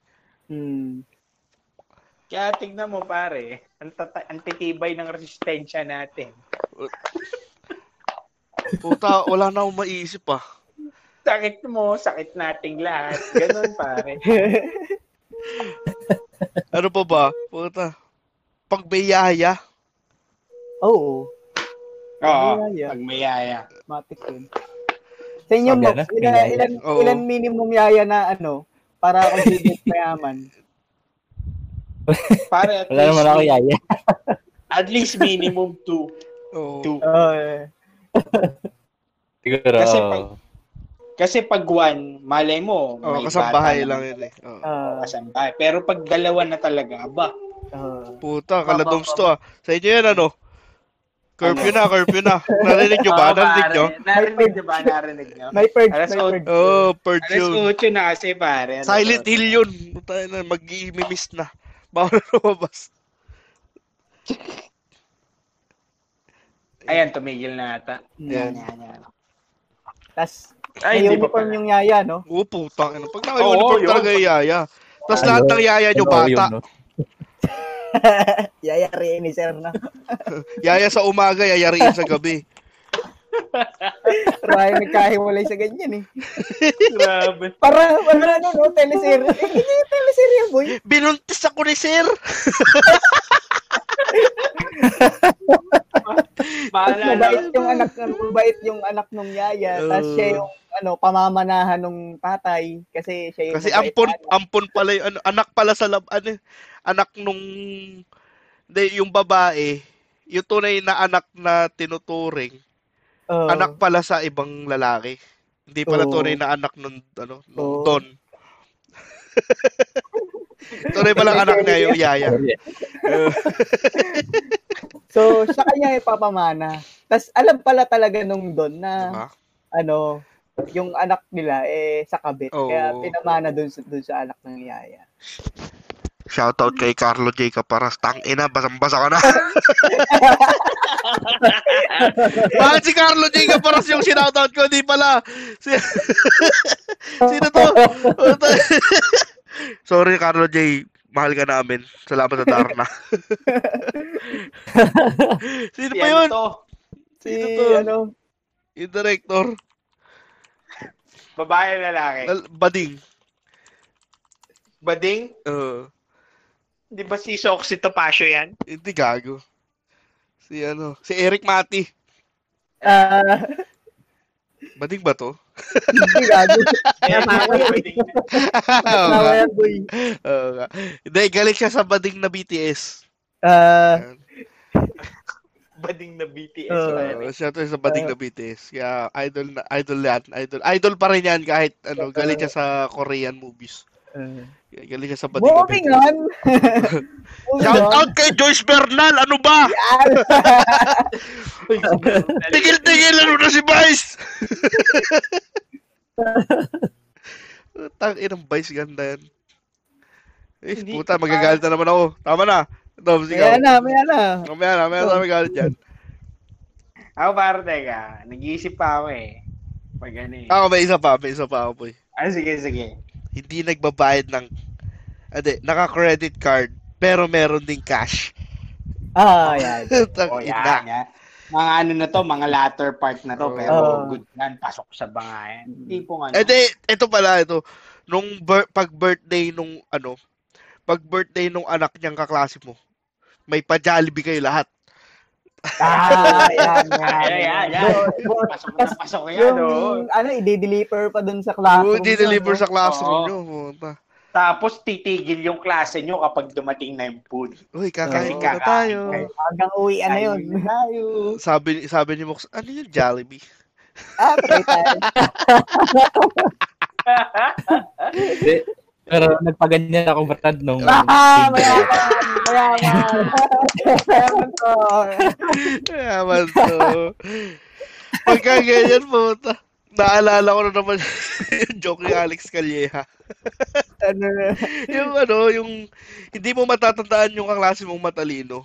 C: Hmm.
E: Kaya tingnan mo, pare. Ang, tata- ang titibay ng resistensya natin.
B: Puta, wala na akong maiisip ah.
E: Sakit mo, sakit nating lahat. Ganun, pare.
B: Ano pa ba? Puta. Pagbiyaya.
C: Oo.
E: Oo,
C: Mayaya.
E: pag mayaya.
C: Matik yun. Sa inyo,
D: Sabi,
C: Mox,
D: ano?
C: ilan,
D: Yaya?
C: ilan,
B: Oo.
C: ilan minimum yaya na ano para considered mayaman?
E: Pare, at
D: Wala
E: least,
D: naman ako yaya.
E: at least minimum two.
B: Oo.
E: two.
C: Oo, eh.
D: Siguro.
E: Kasi pag- Kasi pag one, malay mo,
B: Oh,
E: may
B: kasambahay
E: bata
B: lang
E: na-
B: yun eh. Oo.
E: Oo,
C: Ah,
E: Kasambahay. Pero pag dalawa na talaga, aba,
C: ah.
B: Puta, kaladoms to ah. Sa inyo yan ano? Curfew na, curfew na. Narinig nyo ba?
E: Oo,
B: Narinig
E: pare.
B: nyo?
E: Narinig nyo ba? Narinig nyo?
C: May purge,
E: Alas
C: may
E: out.
C: purge.
B: Oh, per
E: Alas
B: June.
E: 8 na kasi, pare. Ano
B: Silent
E: to?
B: Hill yun. Puta na, mag-i-miss na. Bawal na lumabas.
E: Ayan, tumigil na ata.
B: Yan.
E: Ayan, ayan, ayan.
C: Tas,
E: Ay,
C: may
E: hindi
C: uniform
E: pa pala.
C: yung yaya, no?
B: Oo, putang ina. Pag
E: Oo,
B: naka-uniform
E: yun.
B: talaga yung yaya. Tapos
D: Ayun.
B: lahat ng yaya nyo
D: Oo, yun,
B: bata.
D: no?
C: Yaya rin ni sir na.
B: Yaya sa umaga, yayariin sa gabi.
C: Ryan nagkahiwalay sa ganyan eh.
E: Grabe.
C: Para, wala na, no? Teleserye. Eh, hindi yung teleserye, boy.
B: Binuntis ako ni sir!
E: Bahala na.
C: Mabait yung anak, mabait yung anak nung yaya. Tapos
B: Oo.
C: siya yung, ano, pamamanahan nung tatay. Kasi siya yung
B: Kasi
C: mabait
B: ampon,
C: na anak.
B: ampon pala yung ano, anak pala sa lab, ano, anak nung, hindi, yung babae, yung tunay na anak na tinuturing,
C: Oo.
B: anak pala sa ibang lalaki. Hindi pala
C: Oo.
B: tunay na anak nung, ano, nung
C: Oo.
B: Don. tunay pala anak niya yung yaya.
D: Sorry.
C: So, sa kanya ipapamana. Tapos alam pala talaga nung doon na,
B: Diba?
C: ano, yung anak nila eh sa kabit.
B: Oo.
C: Kaya pinamana doon sa, dun sa anak ng
B: Eh.
C: yaya.
B: Shoutout kay Carlo J. Caparas. Tang ina, basang-basa ka na. Bakit si Carlo J. Caparas yung shoutout ko? Di pala. Si... Sino to? Sorry, Carlo J. Mahal ka namin. Salamat sa Darna. Sino pa yun?
E: to.
C: Si,
B: Sino to?
C: ano,
B: Yung director.
E: Babae lalaki.
B: Lal- Bading.
E: Bading?
B: Oo.
E: Di ba si Soxy Topacio yan?
B: hindi gago. Si ano? Si Eric Mati.
C: ah,
B: Bading ba to?
C: hindi gago.
E: Kaya ako yung bading.
B: Oo nga.
C: Nawala, boy.
B: Oo nga. Hindi, galit siya sa bading na BTS.
C: Ah,
B: Ayan.
E: Bading na BTS.
C: Oo.
E: pare.
B: Oo, siya to sa bading na BTS. Kaya idol na idol yan, idol. Idol pa rin yan kahit ano, galit siya sa Korean movies.
C: uh,
B: Kaya Galit siya sa bading na
C: moving
B: BTS.
C: on. Moving
B: Shout
C: on.
B: out kay Joyce Bernal, ano ba? Tigil-tigil ano na si Vice. Tang inang Vice ganda yan. Eh,
E: Hindi
B: puta, magagalit na naman ako. Tama na. Dom,
C: Maya
B: sigaw.
C: na, maya na.
B: Mamaya na, mamaya na kami galit yan.
E: Ako pare, teka. Nag-iisip pa ako eh. Pag ano eh.
B: Ako, may isa pa, may isa pa ako, boy.
E: Ah, sige, sige.
B: hindi nagbabayad ng ade, naka-credit card pero meron ding cash.
C: Ah, yan.
B: Tang
E: O yan,
B: ina.
E: yan. Oh, Mga ano na to, mga latter part na to,
B: Oo.
E: pero
C: Oo.
E: good yan, pasok sa bangayan. Tipong ano.
B: Oh. Eh di, ito pala ito nung bir- pag birthday nung ano, pag birthday nung anak niyang kaklase mo. May pa-Jollibee kayo lahat.
C: Ah, yan, yan.
E: Ayan, ayan, ayan. oh.
C: Bo- bo-
E: Pasok na, pasok yan,
C: Yung,
E: oo.
C: ano, i-deliver pa dun sa
B: Oo,
C: classroom.
B: di-deliver sa classroom
E: Oo.
B: niyo. Puta.
E: Tapos titigil yung klase nyo kapag dumating na yung food.
B: Uy, kakain
E: Oo.
B: muna ano tayo.
E: Kakain
C: Hanggang uwi, ano yun.
E: Ayun Tayo.
B: Sabi sabi ni Mox, ano yung Jollibee?
C: Ah, try tayo.
D: Hindi. Pero nagpaganyan ako Brad nung...
C: Ah, mayaman, mayaman. Mayaman to.
B: Yaman to. Pagka ganyan, puta. Naalala ko na naman yung joke ni Alex Calleja.
C: Ano,
B: yung ano, yung hindi mo matatandaan yung kaklase mong matalino.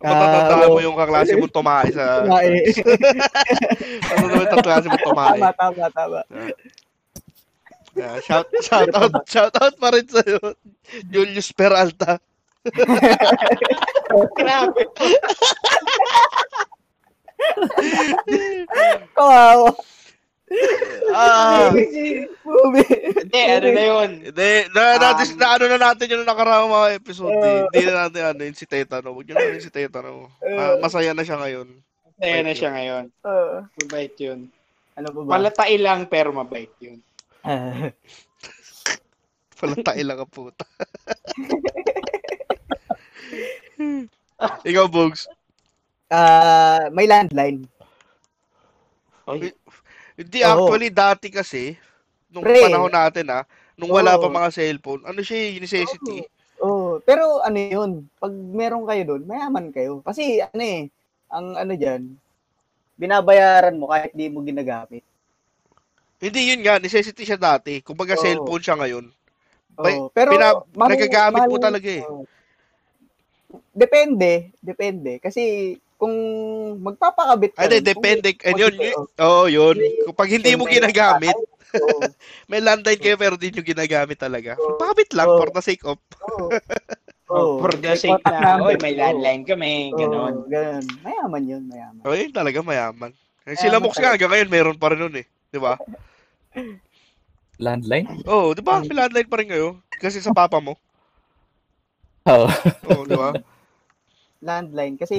B: Matatandaan
C: oo.
B: mo yung kaklase mo tumae sa...
C: Tumae.
B: Ano naman yung kaklase mo tumae?
C: Tama, tama, tama.
B: Yeah, shout, shout out, shout out pa rin sa'yo. Julius Peralta.
E: Grabe.
C: Kawawa.
B: Ah,
C: Bumi.
E: Hindi, ano na yun?
B: hindi, na,
C: Um,
B: na, dis- na, ano na natin yung nakaraang mga episode.
C: Uh,
B: eh. Hindi na natin ano yun si Tetano. Huwag nyo na rin si Tetano.
C: Uh,
B: Ma- masaya na siya ngayon.
E: Masaya na ano siya ngayon.
C: Oo.
E: Mabait yun.
C: Oh, Ano po ba?
E: Palatay lang, pero mabait yun.
D: Ah,
B: Palatay lang ka puta. Ikaw, Bogs.
C: Ah, may landline.
E: Oy,
B: Hindi,
C: Oo.
B: actually, dati kasi, nung
C: Pre.
B: panahon natin ah, nung wala pa
C: Oo.
B: mga cellphone, ano siya eh, unicity.
C: Oh, pero ano 'yun? Pag meron kayo doon, mayaman kayo. Kasi ano eh, ang ano diyan, binabayaran mo kahit di mo ginagamit.
B: Hindi, yun nga, necessity siya dati. Kumbaga,
C: Oo.
B: cellphone siya ngayon. Bay-
C: Oo. pero
B: pina-
C: malu-
B: nagagamit mo
C: malu-
B: talaga eh.
C: Oo. Depende, depende. Kasi kung magpapakabit ka
B: Ay, hindi,
C: rin, kung-
B: depende.
C: kung-
B: Ayun, yun.
C: kung-
B: yun. Oo, yun. Kapag hindi mo
C: Depende.
B: ginagamit,
C: Oo.
B: may landline kayo pero hindi nyo ginagamit talaga.
C: Oo.
B: Pakabit lang
C: Oo.
B: for the sake of.
C: Oo.
E: oh, for the sake
C: contact
E: na,
C: number.
E: oy, may landline
B: Oh.
E: kami,
C: Oo,
E: ganon.
C: ganun. Mayaman yun, mayaman.
B: Ayun, oh, talaga mayaman. Eh, sila
C: Mayaman
B: Mox nga, hanggang ngayon, meron pa rin nun eh. Di ba?
D: landline?
B: Oo, di ba? May landline pa rin kayo. Kasi sa papa mo.
D: Oo.
B: Oo, di ba?
C: Landline. Kasi,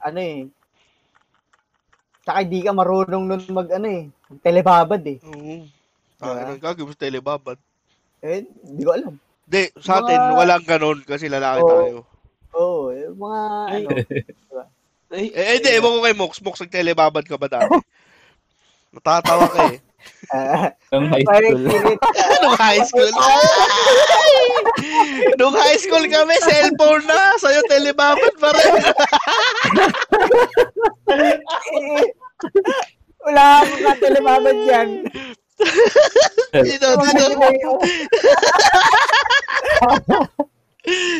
C: ano eh, Tsaka hindi ka marunong nun mag ano eh, telebabad eh.
B: Oo.
C: Diba?
B: Tangan ng gagawin mo sa telebabad.
C: Eh, hindi ko alam.
B: Hindi, sa
C: Mga-
B: atin, walang ganun kasi lalaki
C: Oo.
B: tayo.
C: Oo, eh, mga
E: Ay.
C: ano,
E: Ay,
B: Eh, eh, hindi, ewan ko kay Mox. Mox, nagtelebabad ka ba dati? Natatawa ka eh.
C: ah,
D: Nung high
C: parang
D: school.
C: kilit.
B: Nung high school. Nung high school kami, cellphone na. Sa'yo, telebabad pa rin.
C: Eh, Wala akong ka telebabad yan.
B: Dito, dito.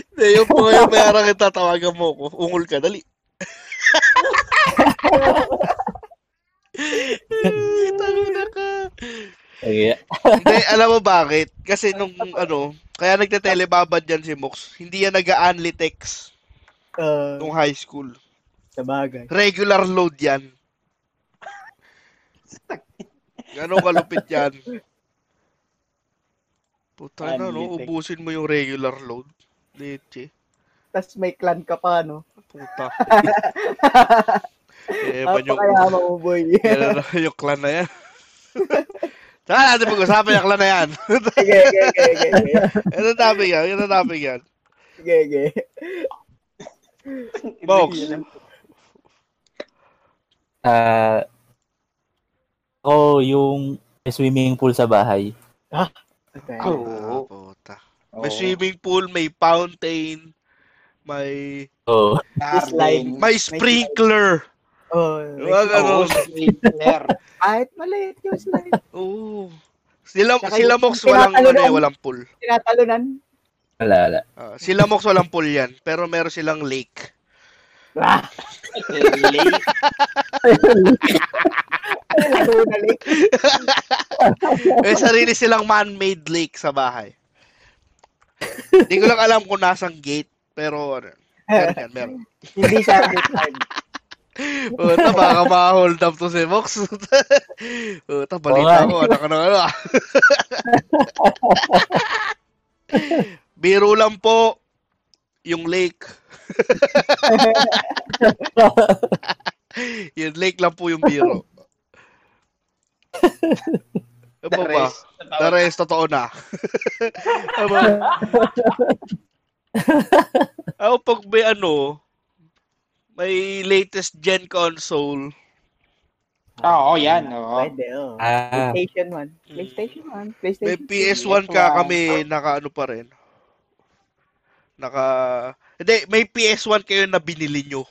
B: Hindi, yung po kayo, may harang itatawagan mo ko. Ungol ka, dali. Ay, Tango na ka.
D: Sige.
B: Hindi, alam mo bakit? Kasi nung ano, kaya nagtetelebabad yan si Mox. Hindi yan nag-only text
C: Uh,
B: nung high school.
C: sa bagay.
B: Regular load yan. Gano'ng kalupit yan. Puta na, no?
E: Unlimited.
B: Ubusin mo yung regular load. Leche.
C: Tapos may clan ka pa, no?
B: Puta. eh,
C: Ah,
B: ba yung...
C: pakayama mo, boy.
B: Yan na, yung clan na yan. Saan natin pag-usapan yung clan na yan?
C: Sige, sige, sige, sige.
B: Yan ang topic yan. Yan ang topic yan.
C: Sige, sige.
B: Box.
D: Ah, ako yung swimming pool sa bahay.
C: Okay.
B: Ah,
E: Oo.
B: puta.
E: Oo.
B: May swimming pool, may fountain, may...
D: Oo.
E: Garden.
C: slide.
B: May sprinkler.
C: Oh,
B: Wag ano.
E: Oo, sprinkler.
C: kahit maliit yung slide.
B: Oo. Sila,
C: Tsaka
B: sila
C: yung-
B: Mox
C: yung
B: walang ano
C: tinatalunan.
B: eh, walang pool.
C: Tinatalunan.
D: Wala, wala.
B: Ah, sila Mox walang pool yan, pero meron silang lake.
C: Ah,
E: Lake.
C: Laguna Lake.
B: May sarili silang man-made lake sa bahay. Hindi ko lang alam kung nasang gate, pero ano, meron yan, meron.
C: Hindi siya understand.
B: Puta, baka ma-hold up to si Mox. Puta, balita
D: Oo nga.
B: ko, anak ka ng ano. ah. Biro lang po yung lake. yung lake lang po yung biro. Ano
E: The
B: ba?
E: rest.
B: The rest, totoo na. ano ba? Ako pag may ano, may latest gen console,
E: Oo, yan. Oo.
C: Pwede, oh.
D: Ah,
C: PlayStation
B: Mm.
C: 1. PlayStation 1.
B: May
C: PlayStation
B: PS1
E: PS1.
B: ka kami, naka ano pa rin. Naka... Hindi, may PS1 kayo na binili nyo.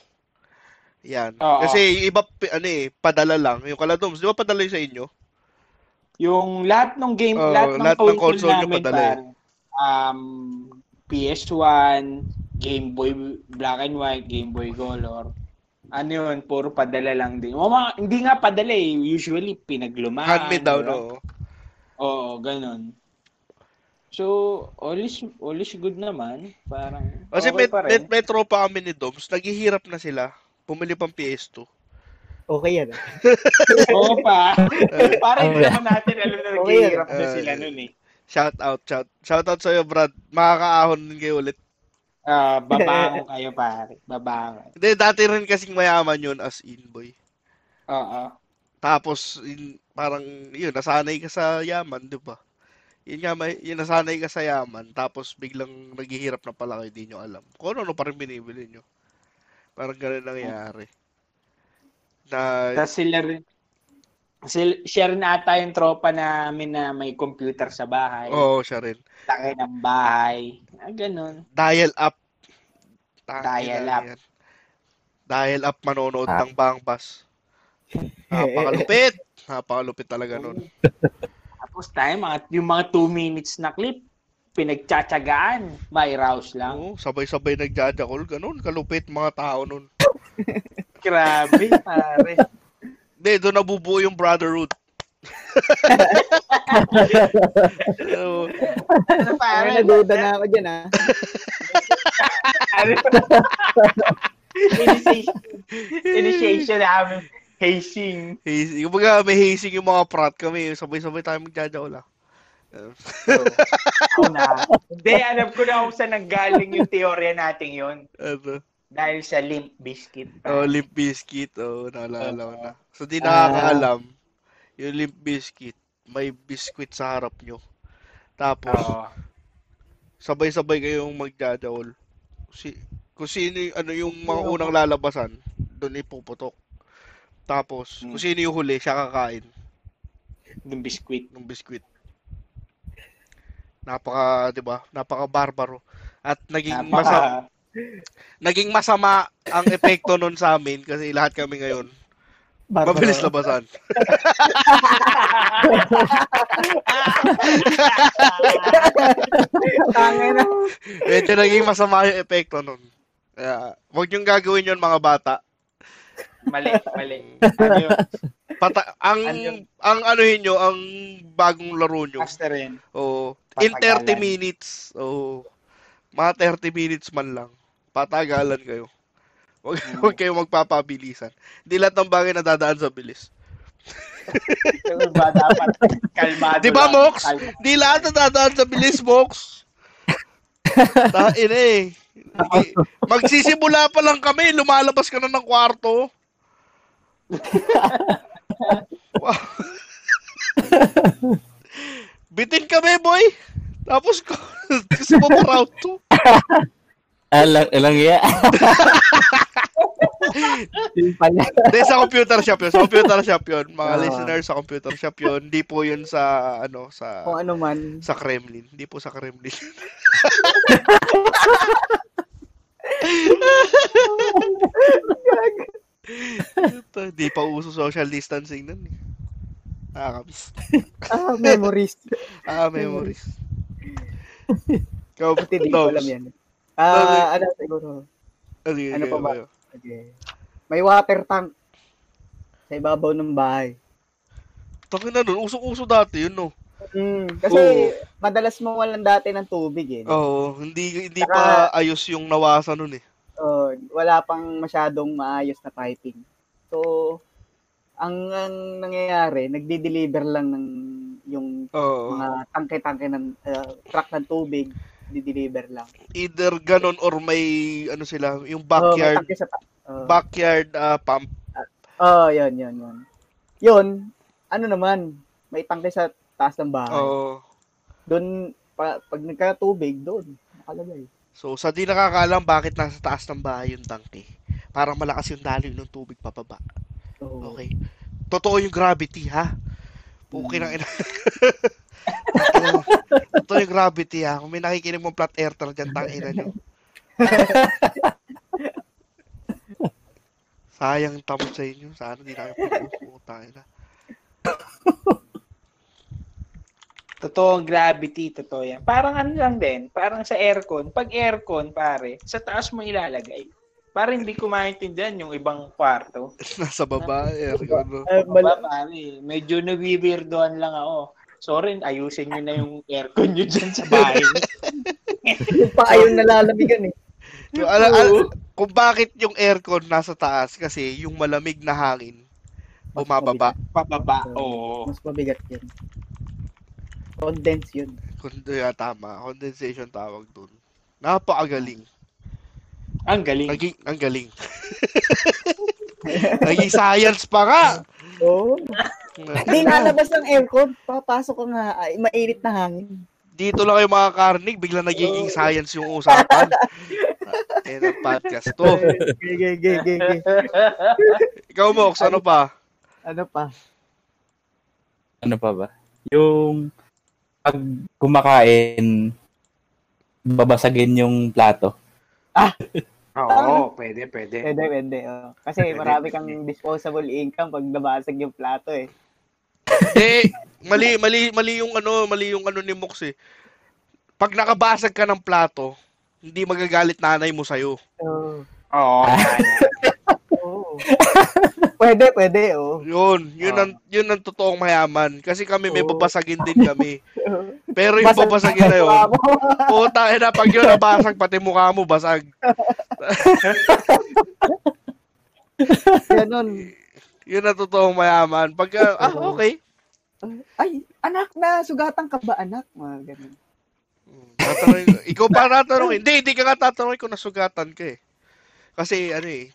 B: Yan.
E: Oo.
B: Kasi yung iba, pi- ano eh, padala lang. Yung Kaladoms, di ba padala yun sa inyo?
E: Yung lahat ng game,
B: Oo,
E: Oh, lahat ng
B: lahat ng
E: console, Um,
B: console nyo
E: namin,
B: padala eh.
E: pare. Um, PS1, Game Boy Black and White, Game Boy Color. Ano yun, puro padala lang din. O, mga- hindi nga padala eh. Usually, pinaglumaan.
B: Hand me down,
E: diba?
B: oo.
E: Oo, ganun. So, all is, all is good naman. Parang,
B: Kasi
E: okay
B: met
E: pa
B: met
E: rin.
B: metro pa kami ni Doms, naghihirap na sila. Pumili pang PS2.
C: Okay yan. ah.
E: Oo pa. Parang hindi
D: Okay.
E: naman natin alam na
C: Okay. Uh,
E: naghihirap na
B: Eh.
E: sila nun eh.
B: Shout out, shout, shout out sa'yo, Brad. Makakaahon din kayo ulit.
E: Ah, babangon kayo pare. Babangon.
B: Hindi, dati rin kasing mayaman yun as in, boy.
E: Oo.
B: Tapos, in, parang, yun, nasanay ka sa yaman, di ba? Yun nga, may, yun, nasanay ka sa yaman, tapos biglang naghihirap na pala kayo, di nyo alam. Kung ano, pa rin binibili nyo. Parang ganun nangyayari. Na,
E: Tapos sila rin. Sil- share na ata yung tropa namin na may computer sa bahay.
B: oo, oh, siya rin.
E: Laki ng bahay. Ah, ganun.
B: Dial up. Tangina
E: Dial up.
B: yan. Dial up manonood
D: Ah.
B: ng bangbas. Napakalupit. Napakalupit talaga nun.
E: Tapos tayo, mga, yung mga 2 minutes na clip, pinagtsatsagaan. May rouse
C: Oh.
E: lang.
B: Oo, sabay-sabay nagjajakol. Ganun, kalupit mga tao nun.
E: Grabe, pare.
B: Hindi, doon nabubuo yung brotherhood. Oo.
E: Ano,
B: Ah,
E: pare?
C: Parang naduda na ako dyan ah.
E: Ano? Initiation. Initiation namin. Hazing.
B: hazing. Kumbaga, may hazing yung mga prat kami. Sabay-sabay tayo magjajakol ah.
E: Ako na. Hindi, alam ko na kung saan nanggaling yung teorya nating yun.
B: Ano?
E: Dahil sa limp biscuit.
B: Oh, Limp Bizkit. Oh, naalala ko na. So, di nakakaalam. Yung Limp Bizkit, may biscuit sa harap nyo. Tapos,
E: Oo.
B: sabay-sabay kayong magdadaol. Si kung sino yung- ano yung mga unang lalabasan, doon ipuputok. Tapos, kung sino yung huli, siya kakain
E: Yung biscuit.
B: ng biskwit. Napaka, 'di ba? Napaka barbaro. At naging masama,
E: Napaka-
B: naging masama ang epekto nun sa amin kasi lahat kami ngayon
C: Barbaro.
B: mabilis labasan.
C: Tangay na.
B: Medyo naging masama yung epekto nun. Kaya, huwag niyong gagawin yun mga bata.
E: mali, mali. Ano yun?
B: Pata- ang,
E: Ano yun?
B: ang anuhin nyo, ang bagong laro nyo,
E: Basta rin.
B: Oo. In 30
E: Patagalan.
B: minutes. Oo. Mga 30 minutes man lang. Patagalan kayo. Huwag
E: Hmm.
B: huwag kayo magpapabilisan. Hindi lahat ng bagay nadadaan sa bilis.
E: Ano ba dapat kalmado
B: Di ba,
E: lang.
B: Mox?
E: Kalma-
B: Hindi lahat nadadaan sa bilis, Box. Tain eh. Hindi- Magsisimula pa lang kami, lumalabas ka na ng kwarto. Wow. Bitin kami, boy. Tapos, gusto mo pa round two?
D: Alang, alang ya. Yun pala.
B: Hindi, sa computer shop yun. Sa computer shop yun. Mga
C: Ah.
B: listeners, sa computer shop yun. Hindi po yun sa, ano, sa,
C: Kung ano man.
B: sa Kremlin. Hindi po sa Kremlin. Hindi pa uso social distancing nun. eh. Nakakamiss.
C: Ah, memories.
B: Ah, memories. Ikaw,
C: Pati di
B: Dobbs.
C: ko alam yan. Ah, ano siguro.
B: Ano yun,
C: Ano
B: yun,
C: pa ba?
B: yun?
C: Okay. May water tank sa ibabaw ng bahay.
B: Tangin na nun, usok-uso dati yun, no?
C: Mm, kasi
B: Oo.
C: madalas mawalan dati ng tubig eh.
B: Oo, hindi, hindi
C: Saka-
B: pa ayos yung nawasan nun eh.
C: Oh, wala pang masyadong maayos na piping. So, ang, ang nangyayari, nagdi-deliver lang ng yung
B: Oo.
C: mga tangke-tangke ng ah, truck ng tubig, di-deliver lang.
B: either ganon or may ano sila, yung
C: Oh, may
B: backyard
C: tangke sa ta- oh.
B: backyard ah, pump.
C: oh, yun, yun, yun. Yun, ano naman, may tangke sa taas ng bahay.
B: Oo.
C: Doon, pa, pag nagkatubig, doon, nakalagay.
B: so sa di nakakaalam bakit nasa taas ng bahay yung tangke. Parang malakas yung daloy ng tubig pababa.
C: Oh.
B: Okay. Totoo yung gravity ha. Okay nang ina. Totoo- Totoo yung gravity ha. Kung may nakikinig mong flat earther dyan, tangina nyo. Sayang tamad sa inyo. Sana di na kayo pinag-uukutan.
E: Totoo ang gravity, totoo yan. Parang ano lang din, parang sa aircon. Pag aircon, pare, sa taas mo ilalagay. Para hindi ko maintindihan yung ibang kwarto.
B: Nasa baba, aircon.
C: Eh,
E: Ba,
C: mal-
E: pare, medyo nagwi-weirdoan lang ako. Sorry, ayusin nyo na yung aircon nyo dyan sa bahay.
C: yung pa ayun nalalamigan eh.
B: So, ala, ala- kung bakit yung aircon nasa taas kasi yung malamig na hangin bumababa.
E: Pababa, oo.
C: Mas mabigat yun. Condense yun.
B: Kung yeah, tama, condensation tawag dun. Napakagaling.
E: Ang galing.
B: Naging, ang galing. Naging science pa nga.
C: Oo. Hindi lalabas Oh. ng aircon. Papasok ka nga. Ay, mainit na hangin.
B: Dito lang kayo makakarinig, bigla nagiging science yung usapan. Yan ang podcast to.
C: Gay, gay, gay, gay, gay.
B: Ikaw, Mox, ano pa?
C: Ano pa?
D: ano pa ba? Yung pag kumakain, babasagin yung plato.
E: Oo, pwede, pwede.
C: Pwede, pwede. Oh. Kasi marami kang disposable income pag nabasag yung plato eh.
B: Eh, mali, mali, mali yung ano, mali yung ano ni Mox eh. Pag nakabasag ka ng plato, hindi magagalit nanay mo sa'yo.
C: Oo.
E: Oo.
C: Oo. pwede, pwede. Oh.
B: Yun, yun
E: Ah.
B: ang yun ang totoong mayaman kasi kami may
C: Oo.
B: babasagin din kami. Pero yung
C: Basag-
B: babasagin na yun, puta eh na pag yun nabasag pati mukha mo basag.
C: Ganun.
B: Yun ang totoong mayaman. Pag ah
C: Oo.
B: okay.
C: Ay, anak na, sugatan ka ba anak? Mga ganun.
B: Tatanungin- ikaw pa tatanungin. Hindi, hindi ka nga tatanungin kung nasugatan ka eh. Kasi ano eh,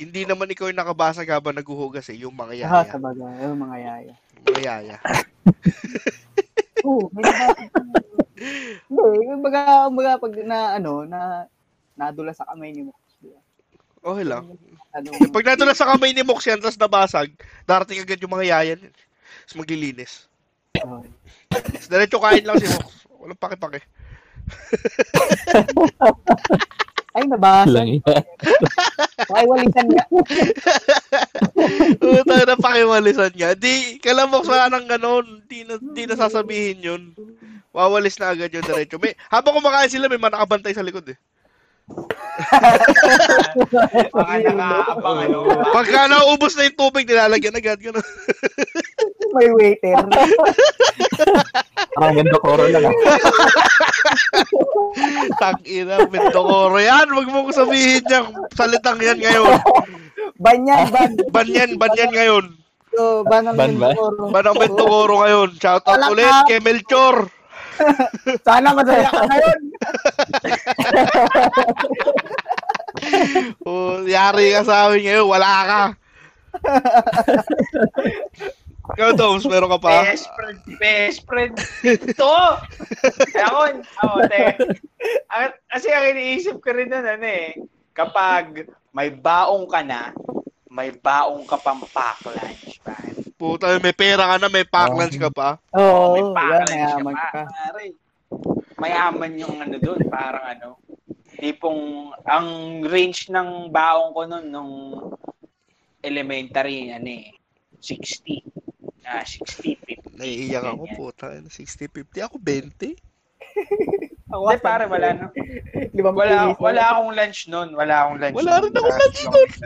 B: hindi naman ikaw yung nakabasag habang naguhugas eh, yung mga
C: Ah,
B: yaya.
C: sabaga, yung mga yaya.
B: Mga yaya.
C: Oo, Oh, may nabasag. Hindi, yung baga, baga pag na, ano, na, nadula sa kamay ni mo.
B: Okay lang.
C: Ano,
B: Eh, Pag nadula sa kamay ni Mox yan, tapos nabasag, darating agad yung mga yaya niyan. Tapos maglilinis.
C: oh.
B: Diretso kain lang si Mox. Walang pake-pake.
C: ay, nabasag.
D: Lang
C: Ay, walisan niya.
B: Puta na pakiwalisan nga. Di, kala Mox wala nang ganon. Di, na, di nasasabihin yun. Wawalis na agad yung diretso. May, habang kumakain sila, may manakabantay sa likod eh.
E: Baka nakaabang ano.
B: Pagka naubos na yung tubig, nilalagyan agad. Ganun.
C: May waiter.
D: Parang ganda koro lang ah.
B: Tangina, Mindokoro yan. Huwag mo ko sabihin yan. Salitang yan ngayon.
C: Banyan, ban.
B: Banyan, banyan ngayon.
C: So, ban ang
D: Ban ba?
C: Mindoro.
B: Banang Mindokoro ngayon. Shoutout
C: Wala
B: ulit
C: ka.
B: kay Melchor.
C: Sana masaya ka ngayon.
B: Oh, yari ka sa amin ngayon. Wala ka. Ikaw, Doms, meron ka pa?
E: Best friend, best friend. Ito! Ako, ako, te. Ang- Kasi ang iniisip ko rin nun, ano eh, kapag may baong ka na, may baong ka pang pack lunch, pare.
B: Puta, may pera ka na, may pack lunch ka pa.
E: May
C: Oo,
E: pack
C: yan,
E: lunch
C: mayaman
E: ka
C: ka.
E: pa, pare. Mayaman yung ano doon, parang ano, tipong, ang range ng baong ko nun, nung elementary, ano eh, 60. Ah, 60, 50.
B: Naiiyak ako,
E: ganyan.
B: puta. 60, 50. Ako, 20.
E: Hindi, pare, wala na.
C: Limang
E: Wala,
C: pinis.
E: wala akong lunch noon. Wala akong lunch
B: Wala
E: nun.
B: rin akong lunch
E: akong lunch.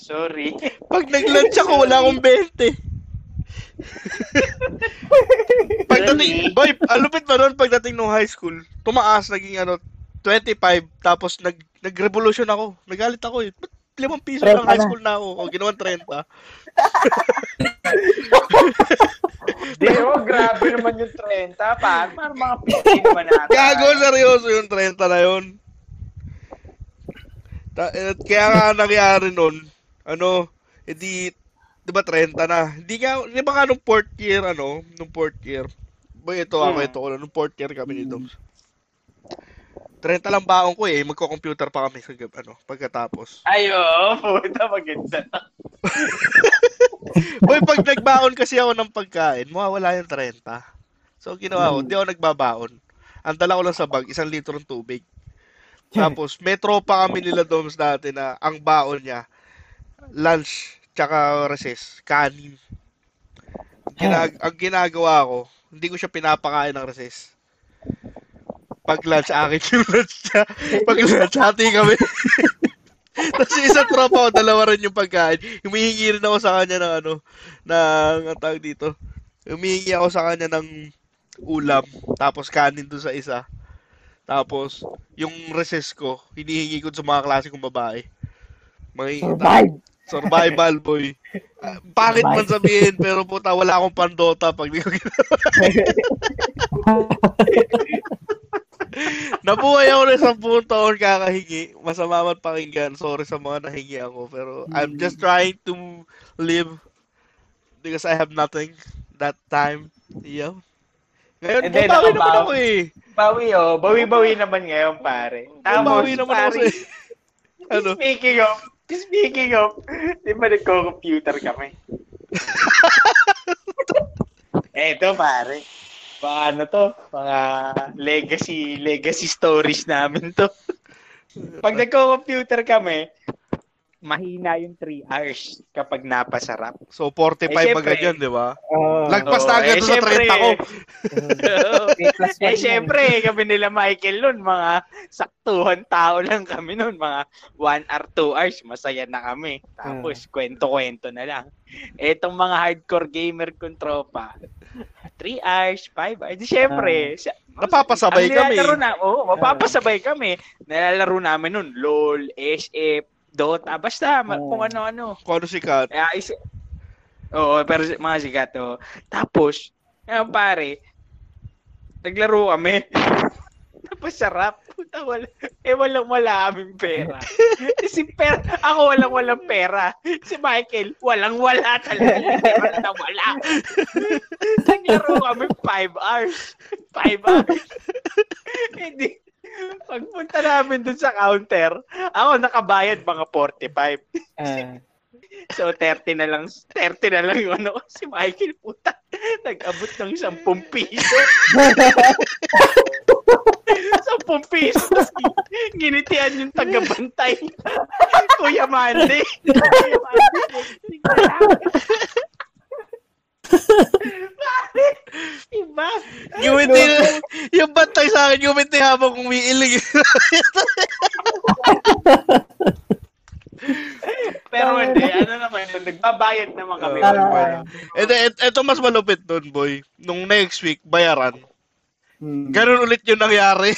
E: Sorry.
B: Pag nag-lunch ako, wala akong 20. pagdating, boy, alupit pa nun pagdating nung high school. Tumaas, naging ano, 25. Tapos nag, nag-revolution ako. Nagalit ako eh. Ba't limang piso
C: 30
B: ng high
C: na.
B: school na ako? Oh, O, ginawan 30.
E: Di, oh, grabe naman yung 30. Paano? Parang mga 15 naman natin.
B: Gago, seryoso yung 30 na yun. Ta- eh, kaya nga ang nangyari nun, ano, edi, di ba 30 na? Hindi nga, di ba nga nung fourth year, ano, nung fourth year, boy, ito ako,
E: Hmm.
B: ito ko, lang, nung fourth year kami ni Doms. 30 lang baon ko eh, magko-computer pa kami sa gab- ano, pagkatapos.
E: Ay, oo. Puta, maganda.
B: Boy, pag nagbaon kasi ako ng pagkain, mawawala yung 30. So, ang ginawa ko,
C: Hmm.
B: hindi ako nagbabaon. Ang dala ko lang sa bag, isang litro ng tubig. Tapos, may tropa kami nila Doms dati na ang baon niya, lunch, tsaka recess, kanin. Ang Ginag- ang ginagawa ko, Hindi ko siya pinapakain ng recess. Pag lunch, akin yung lunch niya. Pag lunch, hati kami. Tapos yung isang tropa ko, dalawa rin yung pagkain. Humihingi rin ako sa kanya ng ano, ng, ang tawag dito. Humihingi ako sa kanya ng ulam, tapos kanin doon sa isa. Tapos, yung recess ko, hinihingi ko sa mga klase kong babae. Mga
C: Survive!
B: Survival boy. Ah, Pangit man sabihin, pero puta, wala akong pandota pag di ko gina- Nabuhay ako na isang buong taon kakahingi. Masama man pakinggan. Sorry sa mga nahingi ako. Pero I'm just trying to live because I have nothing that time. Yeah. Ngayon,
E: And then,
B: bumawi naman
E: nakabawi.
B: ako eh.
E: Bawi oh, bawi-bawi naman ngayon pare. Tapos,
B: Bumawi naman ako
E: pare,
B: sa- Ano?
E: Speaking of, speaking of, di ba nagko-computer kami? Eto pare, mga ano to, mga legacy, legacy stories namin to. Pag nagko-computer kami, mahina yung 3 hours kapag napasarap.
B: So, 45
E: Eh,
B: ba
E: syempre.
B: ganyan, di ba?
C: Oh,
B: Lagpas na
E: Oo,
B: agad
E: eh,
B: doon sa
E: syempre.
B: 30 ko.
C: May plus one
E: eh,
C: yan.
E: syempre, kami nila Michael nun, mga saktuhan tao lang kami nun, mga one hour, two hours, masaya na kami. Tapos, kwento-kwento na lang. Etong mga hardcore gamer kong tropa, three hours, five hours, Di, syempre, sa-
B: Napapasabay
E: ang
B: kami.
E: nilalaro Na, oo, mapapasabay kami. Nalalaro namin nun, LOL, SF, Dota, basta, ma-
C: Oo.
E: kung ano-ano.
B: Kung ano sikat.
E: Eh, ah, isi- Oo, pero si- mga sikat, oo. Tapos, ngayon pare, naglaro kami. Tapos sarap. Puta, wala. Eh, walang wala aming pera. si pera, ako walang walang pera. Si Michael, walang wala talaga. Literal na wala. naglaro kami 5 hours. 5 hours. Hindi. Pagpunta namin dun sa counter, ako nakabayad mga 45.
C: Ah.
E: So 30 na lang, 30 na lang yung ano ko. si Michael puta. Nag-abot ng 10 piso. 10 piso. Tapos Ginitian yung tagabantay. Kuya Mandy. Kuya Mandy. Pare, Iba.
B: Guminti, yung bantay sa akin, guminti habang umiilig.
E: Pero hindi, ano naman yun, nagbabayad naman kami.
B: Ah.
E: Nagbabayad.
B: And then, et- eto mas malupit doon, boy. Nung next week, bayaran.
C: Hmm.
B: Ganun ulit yung nangyari.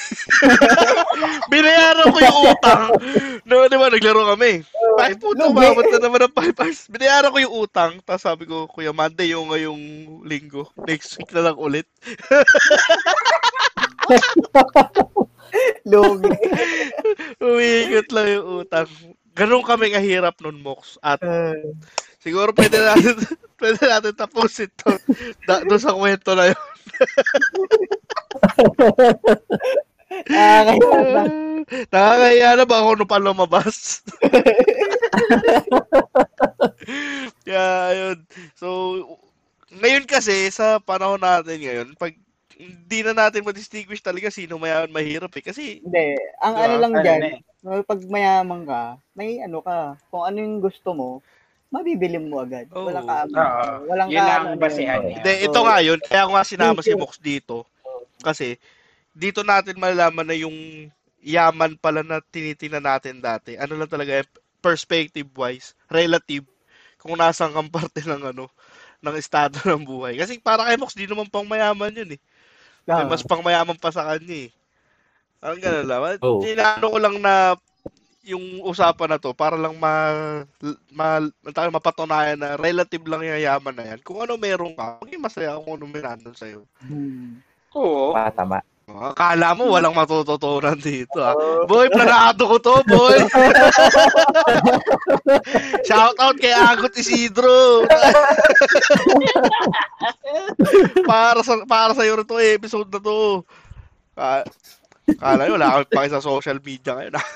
B: Binayaran ko yung utang. No, di ba, naglaro kami. Ay, puto,
C: Lugi.
B: umabot na naman ng 5 hours. Binayaran ko yung utang. Tapos sabi ko, Kuya, Monday yung ngayong linggo. Next week na lang ulit.
C: Lugi.
B: Umiikot lang yung utang. Ganun kami kahirap nun, Mox. At
C: Ah.
B: Siguro pwede natin, pwede natin tapusin to. Da, doon sa kwento na yun.
C: Ah, kaya-
B: Nakakahiya Mm. na ba ako nung pa lumabas? Kaya yun. So, ngayon kasi, sa panahon natin ngayon, pag hindi na natin ma-distinguish talaga sino mayaman mahirap eh. Kasi,
C: Hindi. Ang
B: Diba?
C: ano lang
E: Ano
C: dyan,
E: na eh.
C: pag mayaman ka, may ano ka, kung ano yung gusto mo, mabibili mo agad.
B: Oo.
C: Walang ka,
E: Oo.
C: walang
E: Yun
C: ano,
E: ang basehan
C: ano.
E: niya.
B: hindi, ito nga yun. Kaya ko nga sinama si Mox dito. Kasi, dito natin malalaman na yung yaman pala na tinitingnan natin dati. Ano lang talaga, eh, perspective-wise, relative, kung nasang kang parte ng ano, ng estado ng buhay. Kasi para kay Mox, di naman pang mayaman yun eh. May
C: Ah,
B: mas pang mayaman pa sa kanya eh. Ang gano'n lang.
D: Oo.
B: Tinaano ko lang na yung usapan na to para lang ma, ma, ang tawag, mapatunayan na relative lang yung yaman na yan. Kung ano meron ka, maging masaya kung ano meron sa'yo.
C: hmm.
E: Oo.
D: Ah, Tama.
B: Akala mo walang matututunan dito ah. Boy, planado ko to, boy. Shout out kay Agot Isidro. para sa para sa to eh, episode na to. Ah, Akala nyo, wala kami paki sa social media ngayon. ah.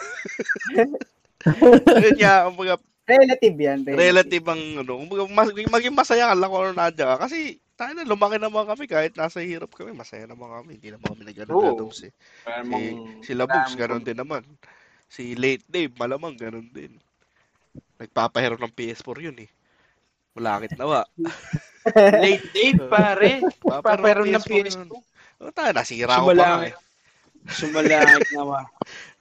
B: Yun nga, kumbaga,
C: Relative yan.
B: relative ang ano, kumbaga, mas, maging masaya ka lang kung ano nandiyan ka. Kasi, tayo na, lumaki naman kami kahit nasa hirap kami, masaya naman kami. Hindi naman kami nag-anadums eh. Si, si Labugs, ganun din naman. Si Late Dave, malamang ganun din. Nagpapahirap ng PS4 yun eh. Wala kit nawa.
E: Late date, pare. Paperon ng PS
B: PS2.
E: ko.
B: O, Ano tayo, nasira ko pa
E: Sumala
B: nga
E: nga.
B: eh.
E: Sumalangit na wa.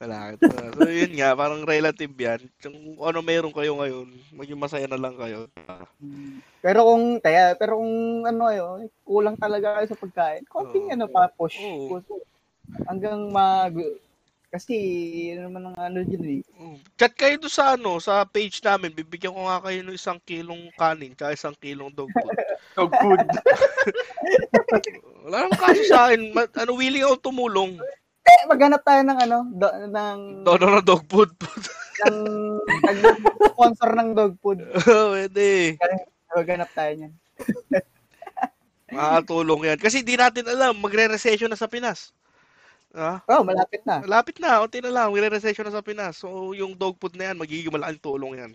B: Wala. ka. So, yun nga, parang relative yan. Kung ano meron kayo ngayon, maging masaya na lang kayo.
C: Pero kung, kaya, pero kung ano yun, kulang talaga kayo sa pagkain, konting
B: Oo.
C: ano pa, push.
B: Oo.
C: push. Hanggang mag, kasi, yun naman ang ano dyan eh.
B: Oh, Chat kayo doon sa ano, sa page namin. Bibigyan ko nga kayo ng isang kilong kanin tsaka isang kilong dog food.
E: So good.
B: Wala namang kaso sa akin. Ma- ano, willing ako tumulong.
C: Eh, maghanap tayo ng ano, do, ng,
B: Dono na dog food.
C: ng, ng sponsor ng dog food.
B: Pwede.
C: Maghanap tayo niyan.
B: Makatulong yan. Kasi di natin alam, magre-recession na sa Pinas. Ah,
C: Oh, malapit na.
B: malapit na, unti na lang, magre-recession na sa Pinas. So, yung dog food na yan, magiging malaking tulong yan.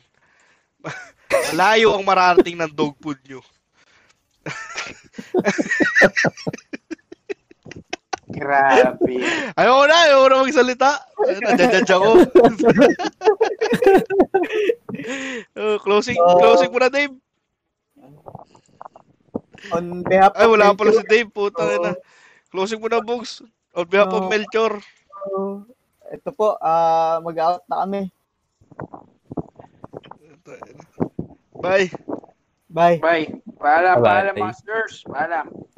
B: Malayo ang mararating ng dog food nyo.
E: Grabe.
B: Ayaw ko na, ayaw ko na magsalita. Nadjadjadge ako. Oh, closing,
C: Oh.
B: closing muna, Dave.
C: On behalf
B: Ay, wala
C: Melchor,
B: pala si Dave, puta
C: Oh.
B: na. Closing muna, Bugs. On behalf of
C: Oh.
B: Melchor.
C: Ito po, ah, mag-out na kami.
B: Bye.
C: Bye.
E: Bye. Paalam,
D: Bye-bye.
E: paalam mga sirs. Paalam.